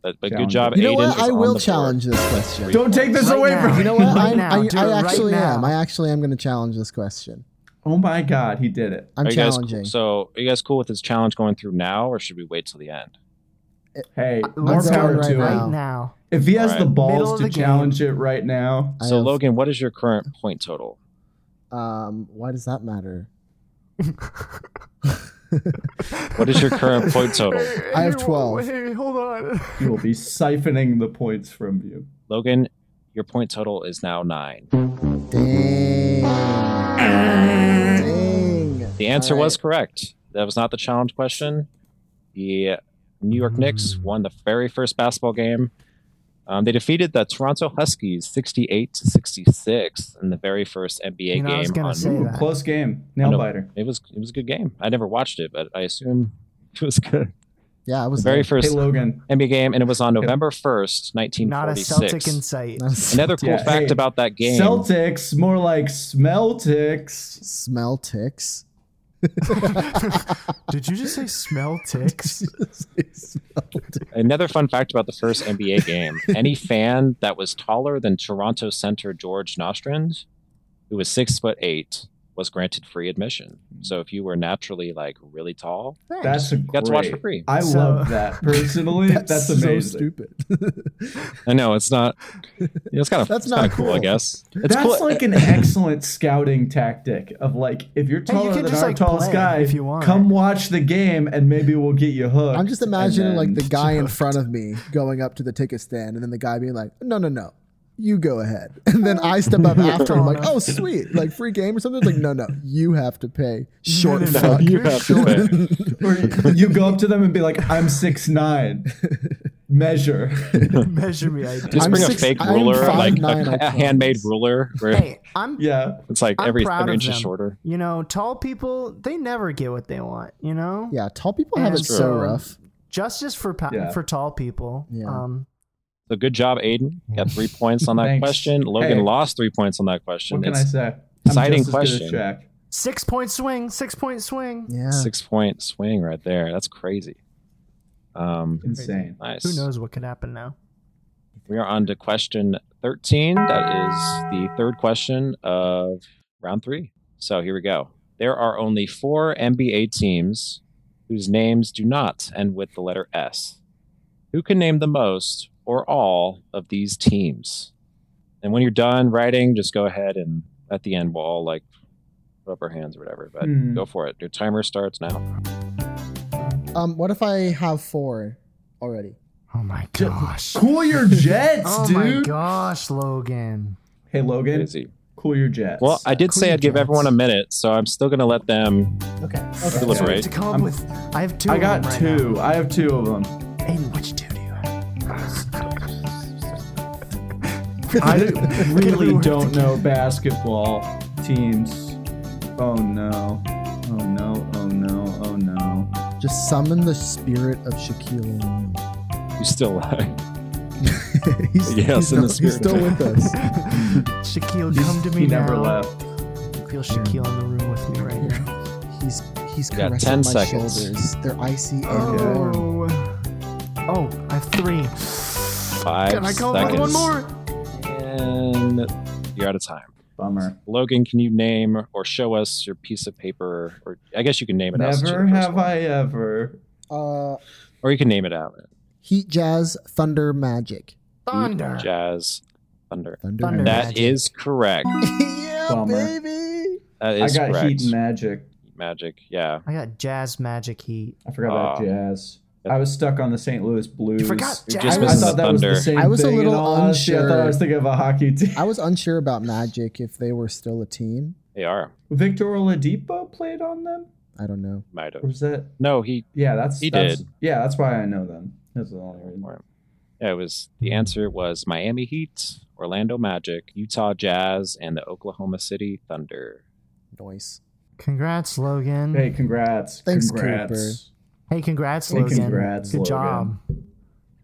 But, but good
Challenge.
job,
You know
Aiden.
what?
is
I
on the
will
board.
challenge this question.
Don't take this
Right
away
now.
from me.
You know what?
Right
I'm-
now. Do
I,
it
I
right
actually
now.
am. I actually am going to challenge this question.
Oh my god, he did it.
I'm
Are you guys cool-
challenging.
so, are you guys cool with this challenge going through now, or should we wait till the end?
Hey, more
Let's
I'm
power
go
going
to
right
him.
now.
now.
If he has
All right.
the
Middle of
balls
the
to
game.
challenge it right now,
I
So,
have-
Logan, what is your current point total?
um, why does that matter?
What is your current point total?
I have 12.
Hey, hold on.
he will be siphoning the points from you.
Logan, your point total is now nine.
Dang. Dang.
The answer
All right.
was correct. That was not the challenge question. The New York Knicks
Hmm.
won the very first basketball game. Um, they defeated the Toronto Huskies 68 to 66 in the very first NBA
You know, I was
game.
gonna
on-
say-
Ooh,
that.
close game.
I
Nail
know.
biter.
It was it was a good game. I never watched it, but I assume it was good.
Yeah, I
The
was
very
like-
Hey
first
Logan.
NBA game, and it was on November 1st,
Not a Celtic
1946.
in sight.
Another cool
Yeah,
fact
hey,
about that game.
Celtics, more like Smeltics.
smell ticks.
Did you just say smell ticks?
Another fun fact about the first NBA game any fan that was taller than Toronto center George Nostrand, who was six foot eight, was granted free admission.
Hmm.
So if you were naturally like really tall,
Thanks.
That's a
you got to watch for free.
great- I
So-
love that personally. that's,
so
amazing.
stupid.
I know it's not. It's kind of
That's
it's kind
not
of cool, I
cool.
guess. It's
that's
cool.
like an excellent scouting tactic of like if you're
Hey, you
taller
can
than
just,
our
like,
tallest
play
guy,
if you want.
come watch the game and maybe we'll get you hooked.
I'm just imagining
and
like the
then-
guy in front of me going up to the ticket stand, and then the guy being like, "No, no, no, you go ahead." And then I step up after him, like, "Oh, sweet, like free game or something." It's like, no, no, you have to pay. Short
no, no,
fuck.
you have to pay.
Or you- you go up to them and be like, "I'm six nine. Measure."
measure me. I do.
Just
I'm
bring
six-
a fake
I'm
ruler,
five
like
nine,
a,
I
a handmade
promise.
ruler, where
Hey, I'm
Yeah.
it's like
I'm
every
proud
every
of
inch is
them.
shorter.
you know, tall people they never get what they want. You know,
Yeah, tall people have
And
it so
so-
rough.
justice for pa-
Yeah.
for tall people.
Yeah.
Um,
So good job, Aiden. You Got three points on that
Thanks.
question. Logan
Hey.
lost three points on that question.
What can I
It's
say? I'm
exciting
just as good as
question.
Jack.
six point swing, six point swing.
Yeah,
six point swing right there. That's crazy. Um,
Insane.
nice.
Who knows what could happen now?
We are on to question 13. That is the third question of round three. So here we go. There are only four NBA teams whose names do not end with the letter S. Who can name the most or all of these teams? And when you're done writing, just go ahead and at the end, we'll all like put up our hands or whatever. But
Hmm.
go for it. Your timer starts now.
Um, what if I have four already?
Oh my gosh!
Cool your jets,
Oh
dude.
my gosh, Logan.
Hey Logan,
Easy.
cool your jets.
Well, I did say I'd give
Cleveland.
everyone a minute, so I'm still going to let them
Okay.
Deliberate.
I have to come up
I'm-
with. I have two.
I
of
got
them right
two. I have two of them.
now. Aiden, which two do you have?
I d-
we
really
work
don't know basketball teams. Oh no. Oh no. Oh no. Oh no.
Just summon the spirit of Shaquille O'Neal.
you still lie. Yes,
he's, he's,
in the
not- he's
spirit.
still with us.
Shaquille,
He's-
come to me
he
now.
never left.
I feel Shaquille in the room with me right now.
He's he's
Yeah,
caressing
10
my
seconds.
shoulders. They're icy and warm.
Oh. Oh, I have three.
Five
Can I come up
seconds.
with one more?
And you're out of time.
Bummer.
Logan, can you name or show us your piece of paper? Or I guess you can name it out. since you're
Never
the first
have
one.
I ever.
Uh,
Or you can name it out.
Heat Jazz Thunder Magic.
Thunder.
Jazz, thunder.
Thunder,
Thunder.
That is
Magic.
correct.
yeah,
Bummer.
baby.
That is
I got
correct.
heat and magic.
Magic. Yeah.
I got Jazz Magic Heat.
I forgot about
Oh.
jazz. I was stuck on the St. Louis Blues.
forgot
You're
Jazz.
just
I, I
missing
thought
the
that was the
thunder.
same
I was a
thing, in
little
all honesty. I thought I was
unsure.
thinking of a hockey team.
I was unsure about Magic if they were still a team.
They are.
Victor Oladipo played on them,
I don't know.
Might
or
have.
was that?
No, he.
Yeah, that's
He
that's,
did.
Yeah, that's why I know them. That's the only
Mm-hmm.
reason.
Yeah, it was. The answer was Miami Heat, Orlando Magic, Utah Jazz, and the Oklahoma City Thunder.
Noise.
Congrats, Logan.
Hey, congrats!
Thanks,
congrats.
Hey, congrats,
Hey,
Logan.
congrats,
Good
Logan.
job.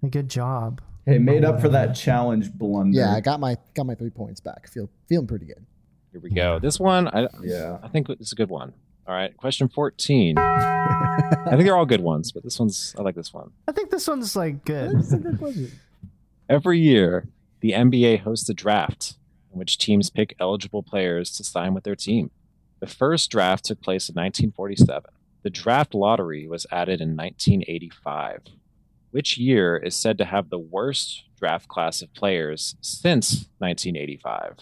Hey, Good job.
Hey, made up for that challenge blunder.
Yeah, I got my got my three points back. Feel feeling pretty good.
Here we go. This one, I,
Yeah.
I think it's a good one. All right, question fourteen. I think they're all good ones, but this one's I like this one.
I think this one's like good.
That's a good question.
Every year, the NBA hosts a draft in which teams pick eligible players to sign with their team. The first draft took place in 1947. The draft lottery was added in 1985. Which year is said to have the worst draft class of players since 1985?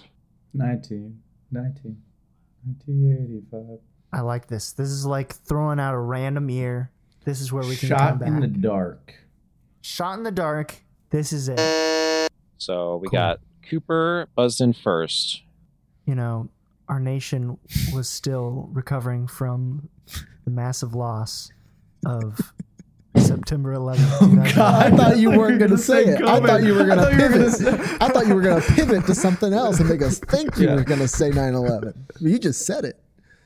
19, 19, 1985.
I like this. This is like throwing out a random year. This is where we can come
Shot
back.
in the dark.
Shot in the dark. This is it.
So we
Cool.
got Cooper buzzed in first.
you know, our nation was still recovering from the massive loss of September
Oh,
11th. 2001.
I thought you weren't
The
gonna say
same
it. I thought
comment.
you were gonna
I thought you were gonna
pivot.
say-
I thought you were gonna pivot to something else and make us think you
Yeah.
were gonna say 9/11. You just said it.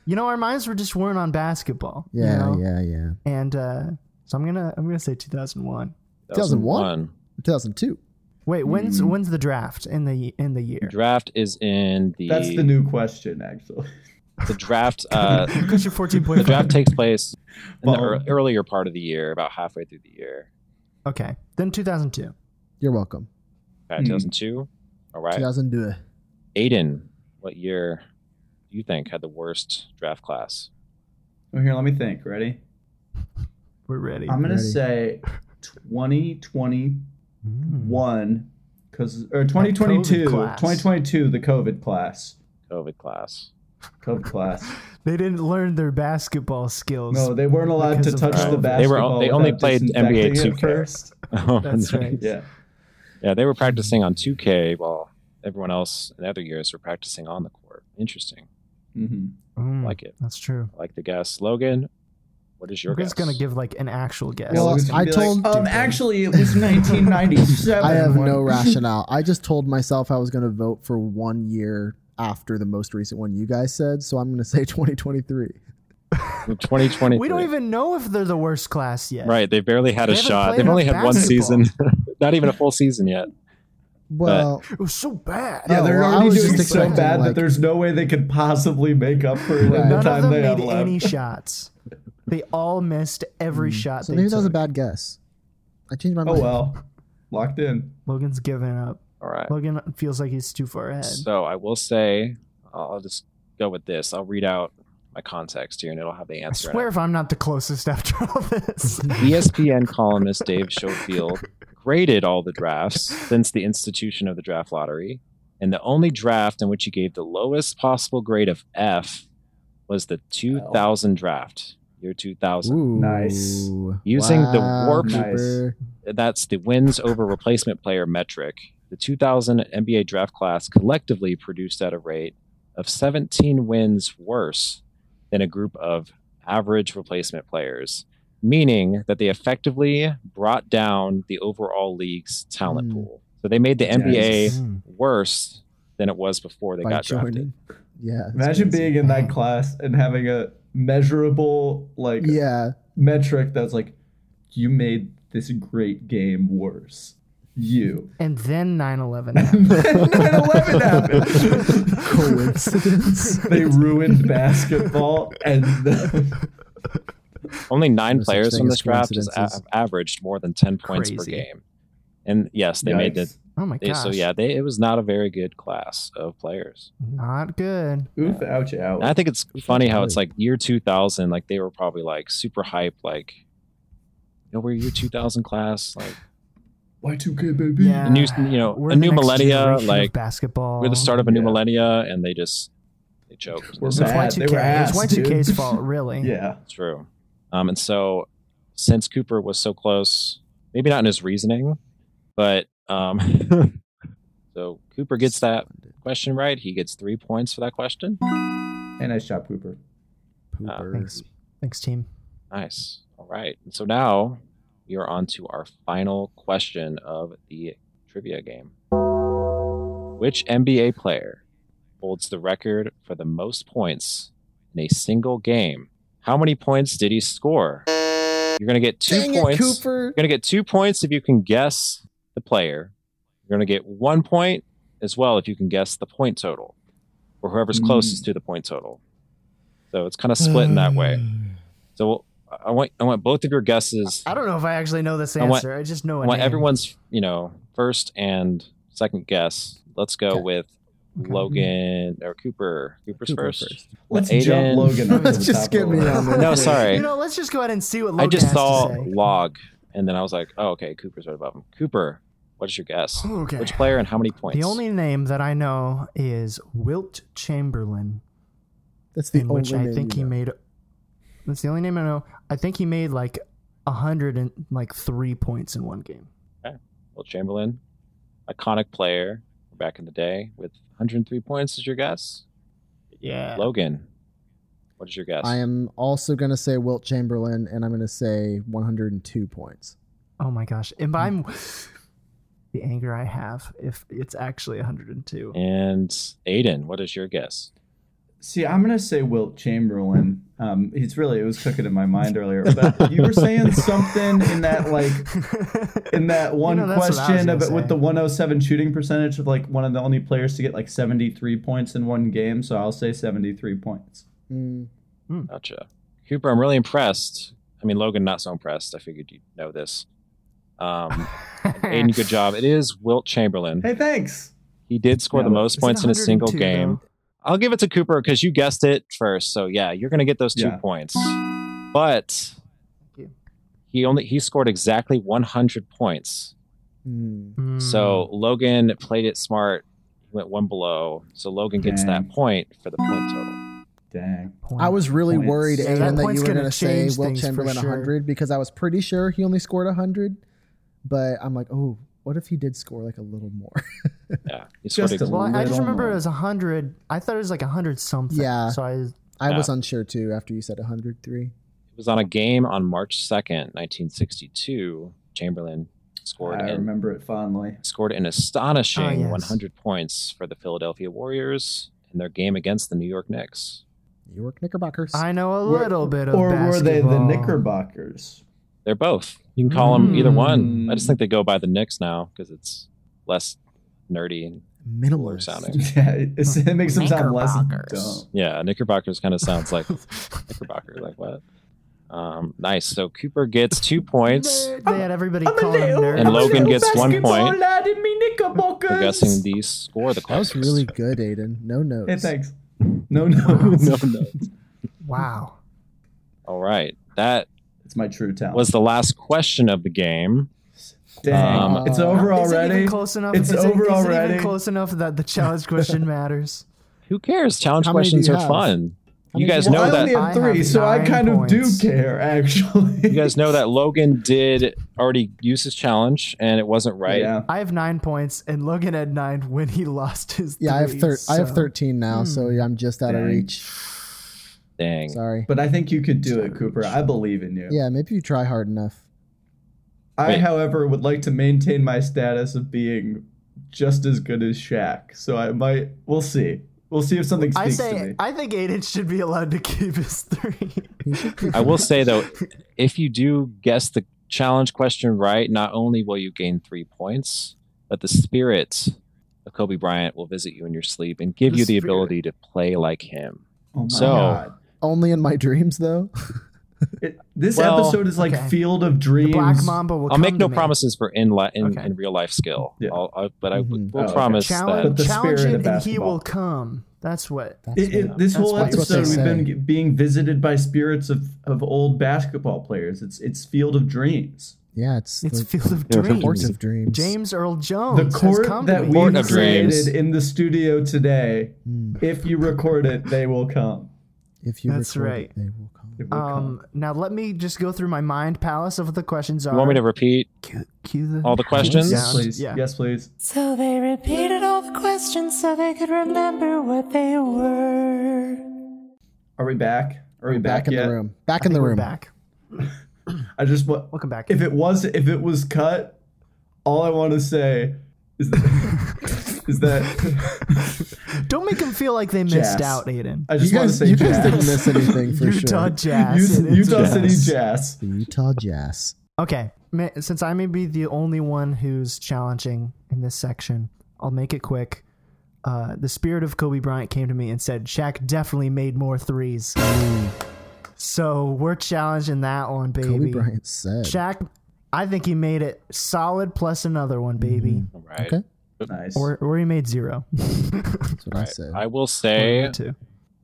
You know, our minds were just weren't on basketball. you
Yeah,
know?
yeah, yeah.
And uh, so I'm gonna I'm gonna say 2001.
2001? 2002.
Wait, when's
Hmm.
when's the draft in the in the year?
Draft is in the
That's the new question, actually.
the draft. Uh,
Question
the
14.5.
draft takes place in the
Well-
ear- earlier part of the year, about halfway through the year.
Okay, then 2002.
You're welcome.
Uh,
Hmm.
Okay, 2002. All right,
2002.
Aiden, what year do you think had the worst draft class?
Oh, here, let me think. Ready?
We're ready.
I'm gonna
Ready.
say 2021
Mm.
because or 2022,
class.
2022, the COVID class,
COVID class.
COVID class.
They didn't learn their basketball skills.
No, they weren't allowed to
Because of
touch
that.
the basketball.
They were- they only
without
played NBA
disinfecting it
2K.
first.
That's right.
Yeah,
Yeah, they were practicing on 2K while everyone else in other years were practicing on the court. Interesting.
hmm
Mm,
Like it.
That's true.
I like the guess. Logan, what is your
We're
guess?
just gonna give like an actual guess.
Well,
Logan's gonna
I
be
told-
um, actually, it was 1997.
I have
when-
no rationale. I just told myself I was going to vote for one year after the most recent one you guys said, so I'm going to say 2023.
2020.
we don't even know if they're the worst class yet.
Right, they barely had
They
a
haven't
shot.
played
They've only had
enough
one
basketball.
season, not even a full season yet.
Well,
It was so bad.
Yeah,
Oh,
they're
well, I
already
was
doing
just
so
expecting,
bad that
like-
there's no way they could possibly make up for it in
Right.
the
None of
time
them
they have
made
left.
any shots. They all missed
Mm.
every shot.
so
they
maybe that was a
took.
bad guess. I changed my
Oh
mind.
well, locked in.
Logan's giving up.
All right.
Logan feels like he's too far ahead.
So I will say, I'll I'll just go with this. I'll read out my context here, and it'll have the
I
answer. in it. E
swear, if I'm not the closest after all this,
ESPN columnist Dave Schofield graded all the drafts since the institution of the draft lottery, and the only draft in which he gave the lowest possible grade of F was the 2000 draft, year 2000.
Ooh.
Nice.
Using the warp-
Cooper.
That's the wins over replacement player metric. The 2000 NBA draft class collectively produced at a rate of 17 wins worse than a group of average replacement players, meaning that they effectively brought down the overall league's talent
Mm.
pool. So they made the
Yes.
NBA
Mm.
worse than it was before they
Hmm. by
got drafted.
Jordan. Yeah. that's
Imagine
crazy.
being in that class and having a measurable like
Yeah.
metric that's like, you made this great game worse. You.
and then 9/11.
And
happened.
11 happened.
Coincidence.
they ruined basketball and then
Only nine
No such
players
thing
from
as
this draft has a-
coincidences.
averaged more than 10 points per
Crazy.
game. And yes, they made the
Yikes.
oh my
They-
gosh!
so yeah, they, it was not a very good class of players.
not good.
Oof, ouch, ouch.
And I think it's funny how it's
Right.
like year 2000, like they were probably like super hype, like, you know, we're year 2000 class, like
Y2K, baby.
Yeah,
a new, you know,
We're
a
the
new
next
millennia,
generation of
like
basketball.
we're the start of a new
Yeah.
millennia, and they just they choked.
We're
So
back.
It's
Bad. They were
Y2K. It's
ass,
Y2K's
dude.
fault, really.
Yeah.
It's true. Um, and so since Cooper was so close, maybe not in his reasoning, but um, so Cooper gets that question right. He gets three points for that question.
And nice job, Cooper.
Ah,
Pooper.
Thanks. Thanks, team.
Nice. All right. And so now we are on to our final question of the trivia game. Which NBA player holds the record for the most points in a single game? How many points did he score? You're going to get two
Dang
points.
it, Cooper.
You're going to get two points if you can guess the player. You're going to get one point as well if you can guess the point total or whoever's
Hmm.
Mm.
closest to the point total. So it's kind of split in that way. So I want I want both of your guesses.
I don't know if I actually know this
I want-
answer. I just know
I
it.
want everyone's you know first and second guess. Let's go
Okay.
with
Okay.
Logan or Cooper. Cooper's
Cooper
first.
first.
Let's
Aiden-
jump Logan. up to
Let's
the
just
top of
get me
the
on
No,
this.
sorry.
You know, let's just go ahead and see what Logan
I just
has
saw
to say.
log, and then I was like, oh okay, Cooper's right above him. Cooper, what is your guess?
Okay.
Which player and how many points?
Oh, The only name that I know is Wilt Chamberlain,
That's the
in
only
which I
name
think he
you know.
made. That's the only name I know. I think he made like a hundred and like three points in one game.
Will Chamberlain, iconic player back in the day with 103 points is your guess.
Yeah.
Logan, what is your guess?
I am also going to say Wilt Chamberlain, and I'm going to say 102 points.
Oh my gosh! And I'm
Mm.
the anger I have if it's actually 102.
and Aiden, what is your guess?
See, I'm gonna say Wilt Chamberlain. Um, it's really it was cooking in my mind earlier, but you were saying something in that like in that one
know, that's what I was
question
gonna
about
say.
with the 107 shooting percentage of like one of the only players to get like 73 points in one game. So I'll say 73 points.
Mm,
Gotcha. Cooper, I'm really impressed. I mean, Logan, not so impressed. I figured you'd know this. Um, Aiden, good job. It is Wilt Chamberlain.
Hey, thanks.
He did score the
Yeah,
most
Is it
points in a single
102
game.
though?
I'll give it to Cooper because you guessed it first. So yeah, you're gonna get those two
Yeah.
points. But
you.
he only he scored exactly 100 points.
Hmm.
Mm.
So Logan played it smart, went one below. So Logan gets
Dang.
that point for the point total.
Dang.
Point.
I was really
Points.
worried,
Yeah,
Aiden,
that
that,
point's
you were
gonna
going to say
change
Will
things for
Chamberlain
sure.
100 because I was pretty sure he only scored 100. But I'm like, oh, what if he did score like a little more?
Yeah, he scored
Just a
ex-
Well, I just
little
remember
more.
it was hundred. I thought it was like hundred something.
Yeah.
So I
I
Yeah.
was unsure too after you said 103.
It was on a game on March 2nd, 1962. Chamberlain scored
I
in,
remember it fondly.
scored an astonishing
Oh, yes.
100 points for the Philadelphia Warriors in their game against the New York Knicks.
New York Knickerbockers.
I know a
Were-
little bit of.
Or were they the
basketball.
Knickerbockers?
They're both. You can
Hmm.
call them either one. I just
Mm.
think they go by the Knicks now because it's less nerdy. and
Minimalist.
sounding.
Yeah, it, it makes them sound less
Knickerbockers.
dumb.
Yeah, Knickerbockers kind of sounds like Knickerbocker, like what? Um, nice. So Cooper gets two points.
They, they had everybody
I'm a
calling them
little-
nerds.
And
I'm a
Logan
little
gets one
basketball
point.
lad in me Knickerbockers.
We're guessing the score. The
That was
closest.
really good, Aiden. No notes.
Hey, thanks. No, no,
no, no.
Wow.
All right, that
It's my true talent.
was the last question of the game.
Dang,
um,
it's over
Is it
already.
even close enough?
It's
is it,
over
is It
already.
even close enough that the challenge question matters.
Who cares? Challenge
How many do
questions
you
are
have?
fun.
How
You
many
guys
do you
well,
know
I
that.
only have
I have
three, so I
nine
kind
points.
of do care, actually.
You guys know that Logan did already use his challenge, and it wasn't right.
Yeah.
I have nine points, and Logan had nine when he lost his.
Yeah, I have
three,
thir- I have
so-
13 now, so yeah, I'm just out of
Dang.
reach.
Dang.
Sorry.
But I think you could do it, Cooper. I believe in you.
Yeah, maybe you try hard enough.
I,
Wait.
however, would like to maintain my status of being just as good as Shaq. So I might. We'll see. We'll see if something
I
speaks to
say
me.
I think Aiden should be allowed to keep his three.
I will say though, if you do guess the challenge question right, not only will you gain three points, but the spirit of Kobe Bryant will visit you in your sleep and give
The
you the
spirit.
ability to play like him.
oh my
so-
god!
Only in my dreams, though.
It, this
Well,
episode is like
okay.
Field of
The
Dreams.
Black Mamba will
I'll make
come
no
to me.
promises for in li- in,
Okay.
in real life skill.
Yeah.
I'll, i but I w-
Mhm.
will
Oh, okay.
promise
Challenge,
But the
that.
challenge
spirit
it,
of
and he
basketball.
will come. That's what.
That's
It, it,
what-
this
That's
whole
what- that's what they
episode, we've
say.
been g- being visited by spirits of, of old basketball players. It's it's Field of Dreams.
yeah, it's,
It's
the
Field of
they're from
courts
Dreams.
of dreams.
James Earl Jones.
The
has
court
come to
that
me.
we
of Dreams.
created in the studio today.
Mm.
If you record it, they will come.
If you
That's
record
right.
it, they will come.
They will come.
Um, now let me just go through my mind palace of what the questions are.
You want me to repeat
cue, cue the
all the questions?
Yes,
sound.
please.
Yeah.
Yes, please.
So they repeated all the questions so they could remember what they were.
Are we back? Are we back,
Back in
yet?
the room.
I
Back in
think
the
we're
room.
Back.
I just want.
Welcome back.
If it was, if it was cut, all I want to say is that, is that
Don't make him feel like they missed
Jazz.
out, Aiden.
I
You
just want to
guys,
say
you
jazz.
guys didn't miss anything for
Utah
sure.
Jazz.
Utah,
and it's
Utah City
Jazz.
Jazz.
The Utah Jazz.
Okay, ma- since I may be the only one who's challenging in this section, I'll make it quick. Uh, the spirit of Kobe Bryant came to me and said, Shaq definitely made more threes. So we're challenging that one, baby.
Kobe Bryant said.
Shaq, I think he made it solid plus another one, baby.
All right.
Okay.
Nice.
Or, or he made zero.
That's what I said.
I will
One
say
of the two.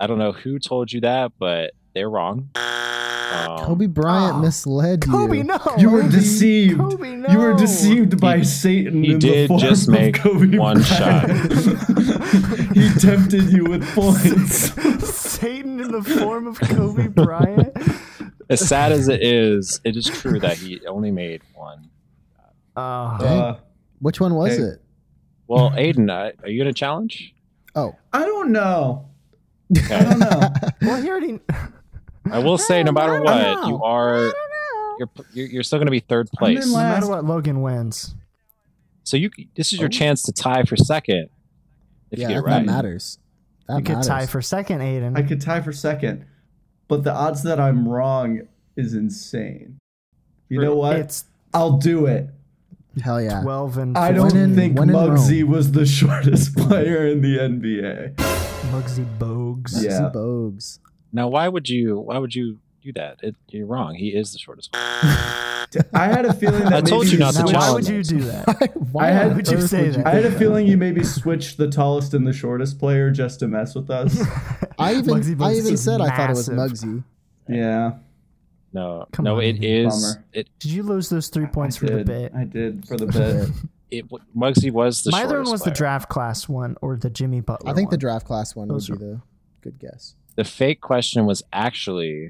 I don't know who told you that, but they're wrong. Um,
Kobe Bryant
Ah.
misled
Kobe,
you.
no.
you were deceived.
Kobe, no.
You were deceived by
He-
Satan.
he
in the
did
form
just
of
make
Kobe
one
Bryant.
shot.
he tempted you with points.
Satan in the form of Kobe Bryant.
as sad as it is, it is true that he only made one.
Oh.
Uh,
Which one was
Hey.
it?
Well, Aiden, I- are you going to challenge?
Oh,
I don't know. I
Okay.
don't know.
well, he already.
I will say, no matter what,
know.
you are you're you're, you're still going to be third
I'm in
place.
No
last.
matter what, Logan wins.
So you c- this is your chance to tie for second. If
yeah,
you get
that,
it right,
matters. That
you could
matters.
tie for second, Aiden.
I could tie for second, but the odds that I'm wrong is insane. You know what?
it's
I'll do it.
Hell yeah.
twelve and
I
When
don't
in-
think
when in
Muggsy was the shortest player in the NBA.
Muggsy Bogues.
Maxi
Yeah.
Bogues.
now why would you why would you do that? It, you're wrong. He is the shortest.
I had a feeling that
I told
maybe
you not to
Now,
challenge.
why would you do that?
Why
I had-
on
would you
earth
say
would
that?
I had a
do
feeling you maybe switched the tallest and the shortest player just to mess with us.
I even,
Muggsy
I
Bogues
even
is
said I thought it was
massive.
Muggsy.
Yeah.
No,
Come
no,
on,
it
you
is.
bummer.
It
Did you lose those three points for the
Did.
bit?
I did for the bit.
it w- Muggsy was the
My other
shortest
one was
player.
the draft class one or the Jimmy Butler.
I think the
one.
draft class one would
Those
be
are-
the good guess.
The fake question was actually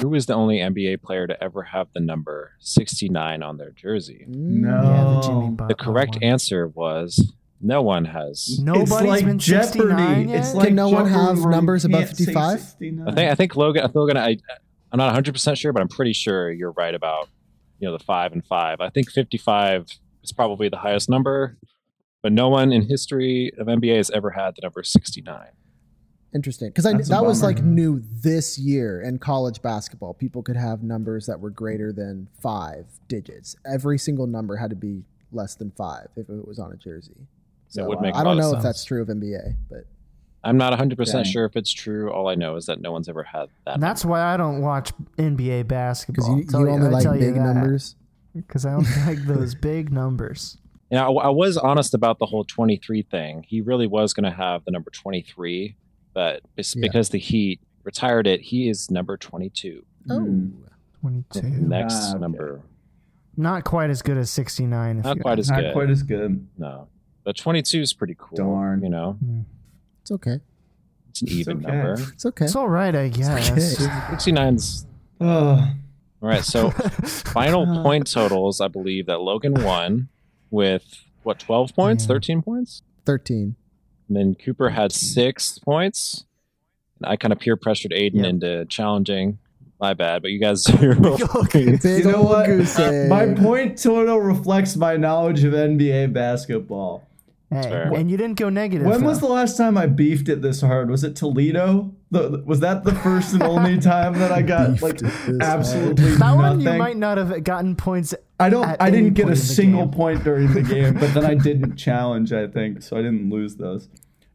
who is the only NBA player to ever have the number 69 on their jersey?
No.
yeah, the Jimmy Butler.
The correct
one.
answer was no one has.
Nobody's
it's like
been
Jeopardy.
69 yet?
It's like
Can no one
Jeopardy
have
where you
numbers above
can't say
55?
69.
I think I think Logan. I'm Logan. I, I'm not 100 percent sure, but I'm pretty sure you're right about you know the five and five. I think 55 is probably the highest number, but no one in history of NBA has ever had the number 69.
Interesting, because I
That's a
that was
bummer.
like new this year in college basketball. People could have numbers that were greater than five digits. Every single number had to be less than five if it was on a jersey. So
would
uh,
make a
I don't
lot of
know if
sense.
that's true of NBA, but
I'm not 100 percent
Dang.
sure if it's true. All I know is that no one's ever had that.
And that's why I don't watch NBA
because
basketball.
you,
I'll tell
you only
I'll tell
like
you
big
that,
numbers.
'cause I don't like those big numbers.
And I, I was honest about the whole 23 thing. He really was going to have the number 23, but it's
Yeah.
because the Heat retired it, he is number 22.
Mm.
Oh,
22.
Next
Ah, okay.
number.
Not quite as good as 69. If
Not
you
quite as
Not
good.
quite as good.
no. But 22 is pretty cool.
Darn.
You know,
Mm.
it's okay.
it's an even
okay.
number.
It's okay.
It's all right, I guess.
okay.
69's.
Oh,
All right. So final point totals, I believe that Logan won with what, 12 points,
Yeah.
13 points?
Thirteen.
And then Cooper had six points. And I kind of peer pressured Aiden
Yeah.
into challenging. My bad, but you guys zero.
Okay.
Big
you know
old
what?
goose egg.
My point total reflects my knowledge of NBA basketball.
Hey,
fair.
and you didn't go negative.
When was
though.
the last time I beefed it this hard? Was it Toledo? The, was that the first and only time that I got
Beefed
like
it this
absolutely
that one?
nothing?
You might not have gotten points.
I don't.
at
I
any
didn't get
point
a
in the
single
game.
point during the game, but then I didn't challenge. I think so. I didn't lose those.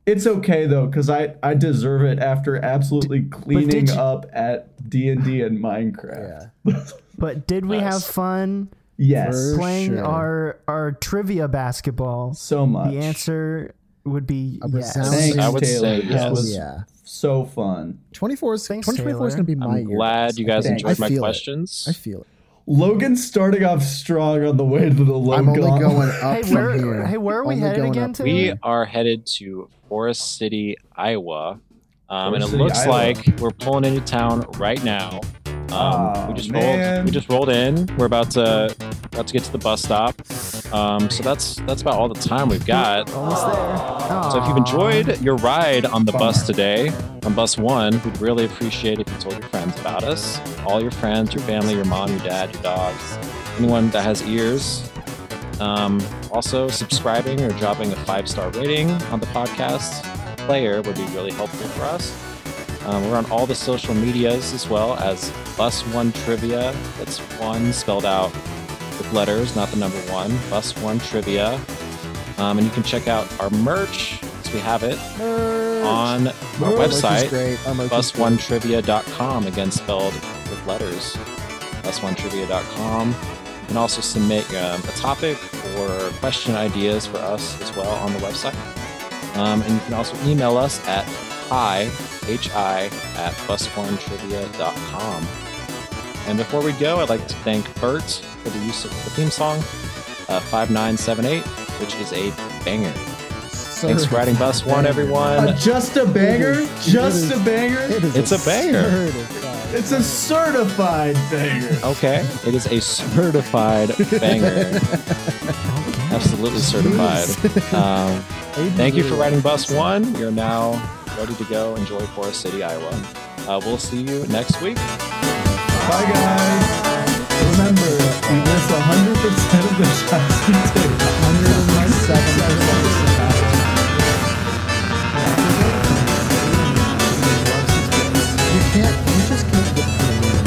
It's okay though, because I I deserve it after absolutely cleaning
you-
up at D and D and Minecraft.
Yeah.
But did we
Nice.
have fun
Yes,
For
playing
sure.
our our trivia basketball?
so much.
The answer would be
A
yes.
resounding
Thanks,
I would
Taylor.
say
This
yes.
was
Yeah.
so fun.
24 is,
Thanks,
2024 is
Taylor.
going to be my
I'm
year.
glad you guys
Thanks.
enjoyed
I
my
feel it.
questions.
I feel it.
Logan starting off strong on the way to the low.
I'm only
gauntlet.
going up
Hey, where-
from here.
hey, where are we
Only
headed
going
again
up.
to?
we are headed to Forest City, Iowa. Um, and it
Forest City,
looks
Iowa.
like we're pulling into town right now. Um,
Aw,
we just
man.
rolled. We just rolled in. We're about to about to get to the bus stop. Um, so that's that's about all the time we've got.
Almost there.
So if you've
Aw.
enjoyed your ride on the bus
Bummer.
today, on bus one, we'd really appreciate if you told your friends about us. All your friends, your family, your mom, your dad, your dogs, anyone that has ears. Um, also, subscribing or dropping a five star rating on the podcast player would be really helpful for us. Um, we're on all the social medias as well as Bus One Trivia. That's one spelled out with letters, not the number one. Bus One Trivia. Um, and you can check out our merch, as we have it, on our
Merch is
website,
great. Our merch is
busonetrivia.com, again spelled with letters, busonetrivia.com. You can also submit um, a topic or question ideas for us as well on the website. Um, and you can also email us at hi, hi, at busonetrivia.com. And before we go, I'd like to thank Bert for the use of the theme song, uh, 5978, which is a banger.
Sir.
Thanks for riding Bus 1,
Uh,
everyone.
just a banger.
is-
Just
it
a
is-
banger.
It is
It's a banger.
certified-
It's a certified banger.
Okay. It is a certified banger. Absolutely certified. Um, thank you for riding Bus 1. You're now ready to go enjoy Forest City, Iowa. Uh, we'll see you next week.
Bye, guys. Remember, you missed 100% of the shots you take.
107. You can't, you just can't get through it.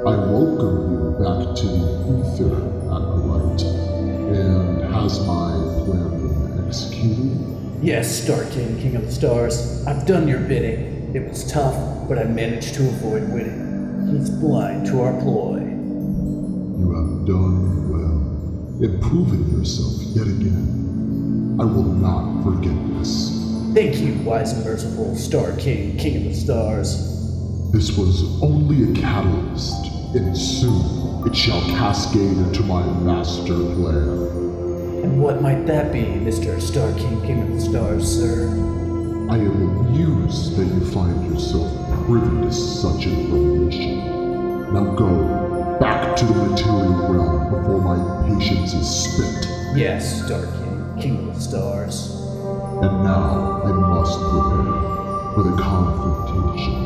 I welcome you back to the ether, Acolyte. And has my plan been executed?
Yes, Star King, King of the Stars, I've done your bidding. It was tough, but I managed to avoid winning. He's blind to our ploy.
You have done well, improving yourself yet again. I will not forget this.
Thank you, wise and merciful Star King, King of the Stars.
This was only a catalyst, and soon it shall cascade into my master plan.
And what might that be, Mr. Star King, King of the Stars, sir?
I am amused that you find yourself privy to such information. Now go back to the material realm before my patience is spent.
Yes, Star King, King of the Stars.
And now I must prepare for the confrontation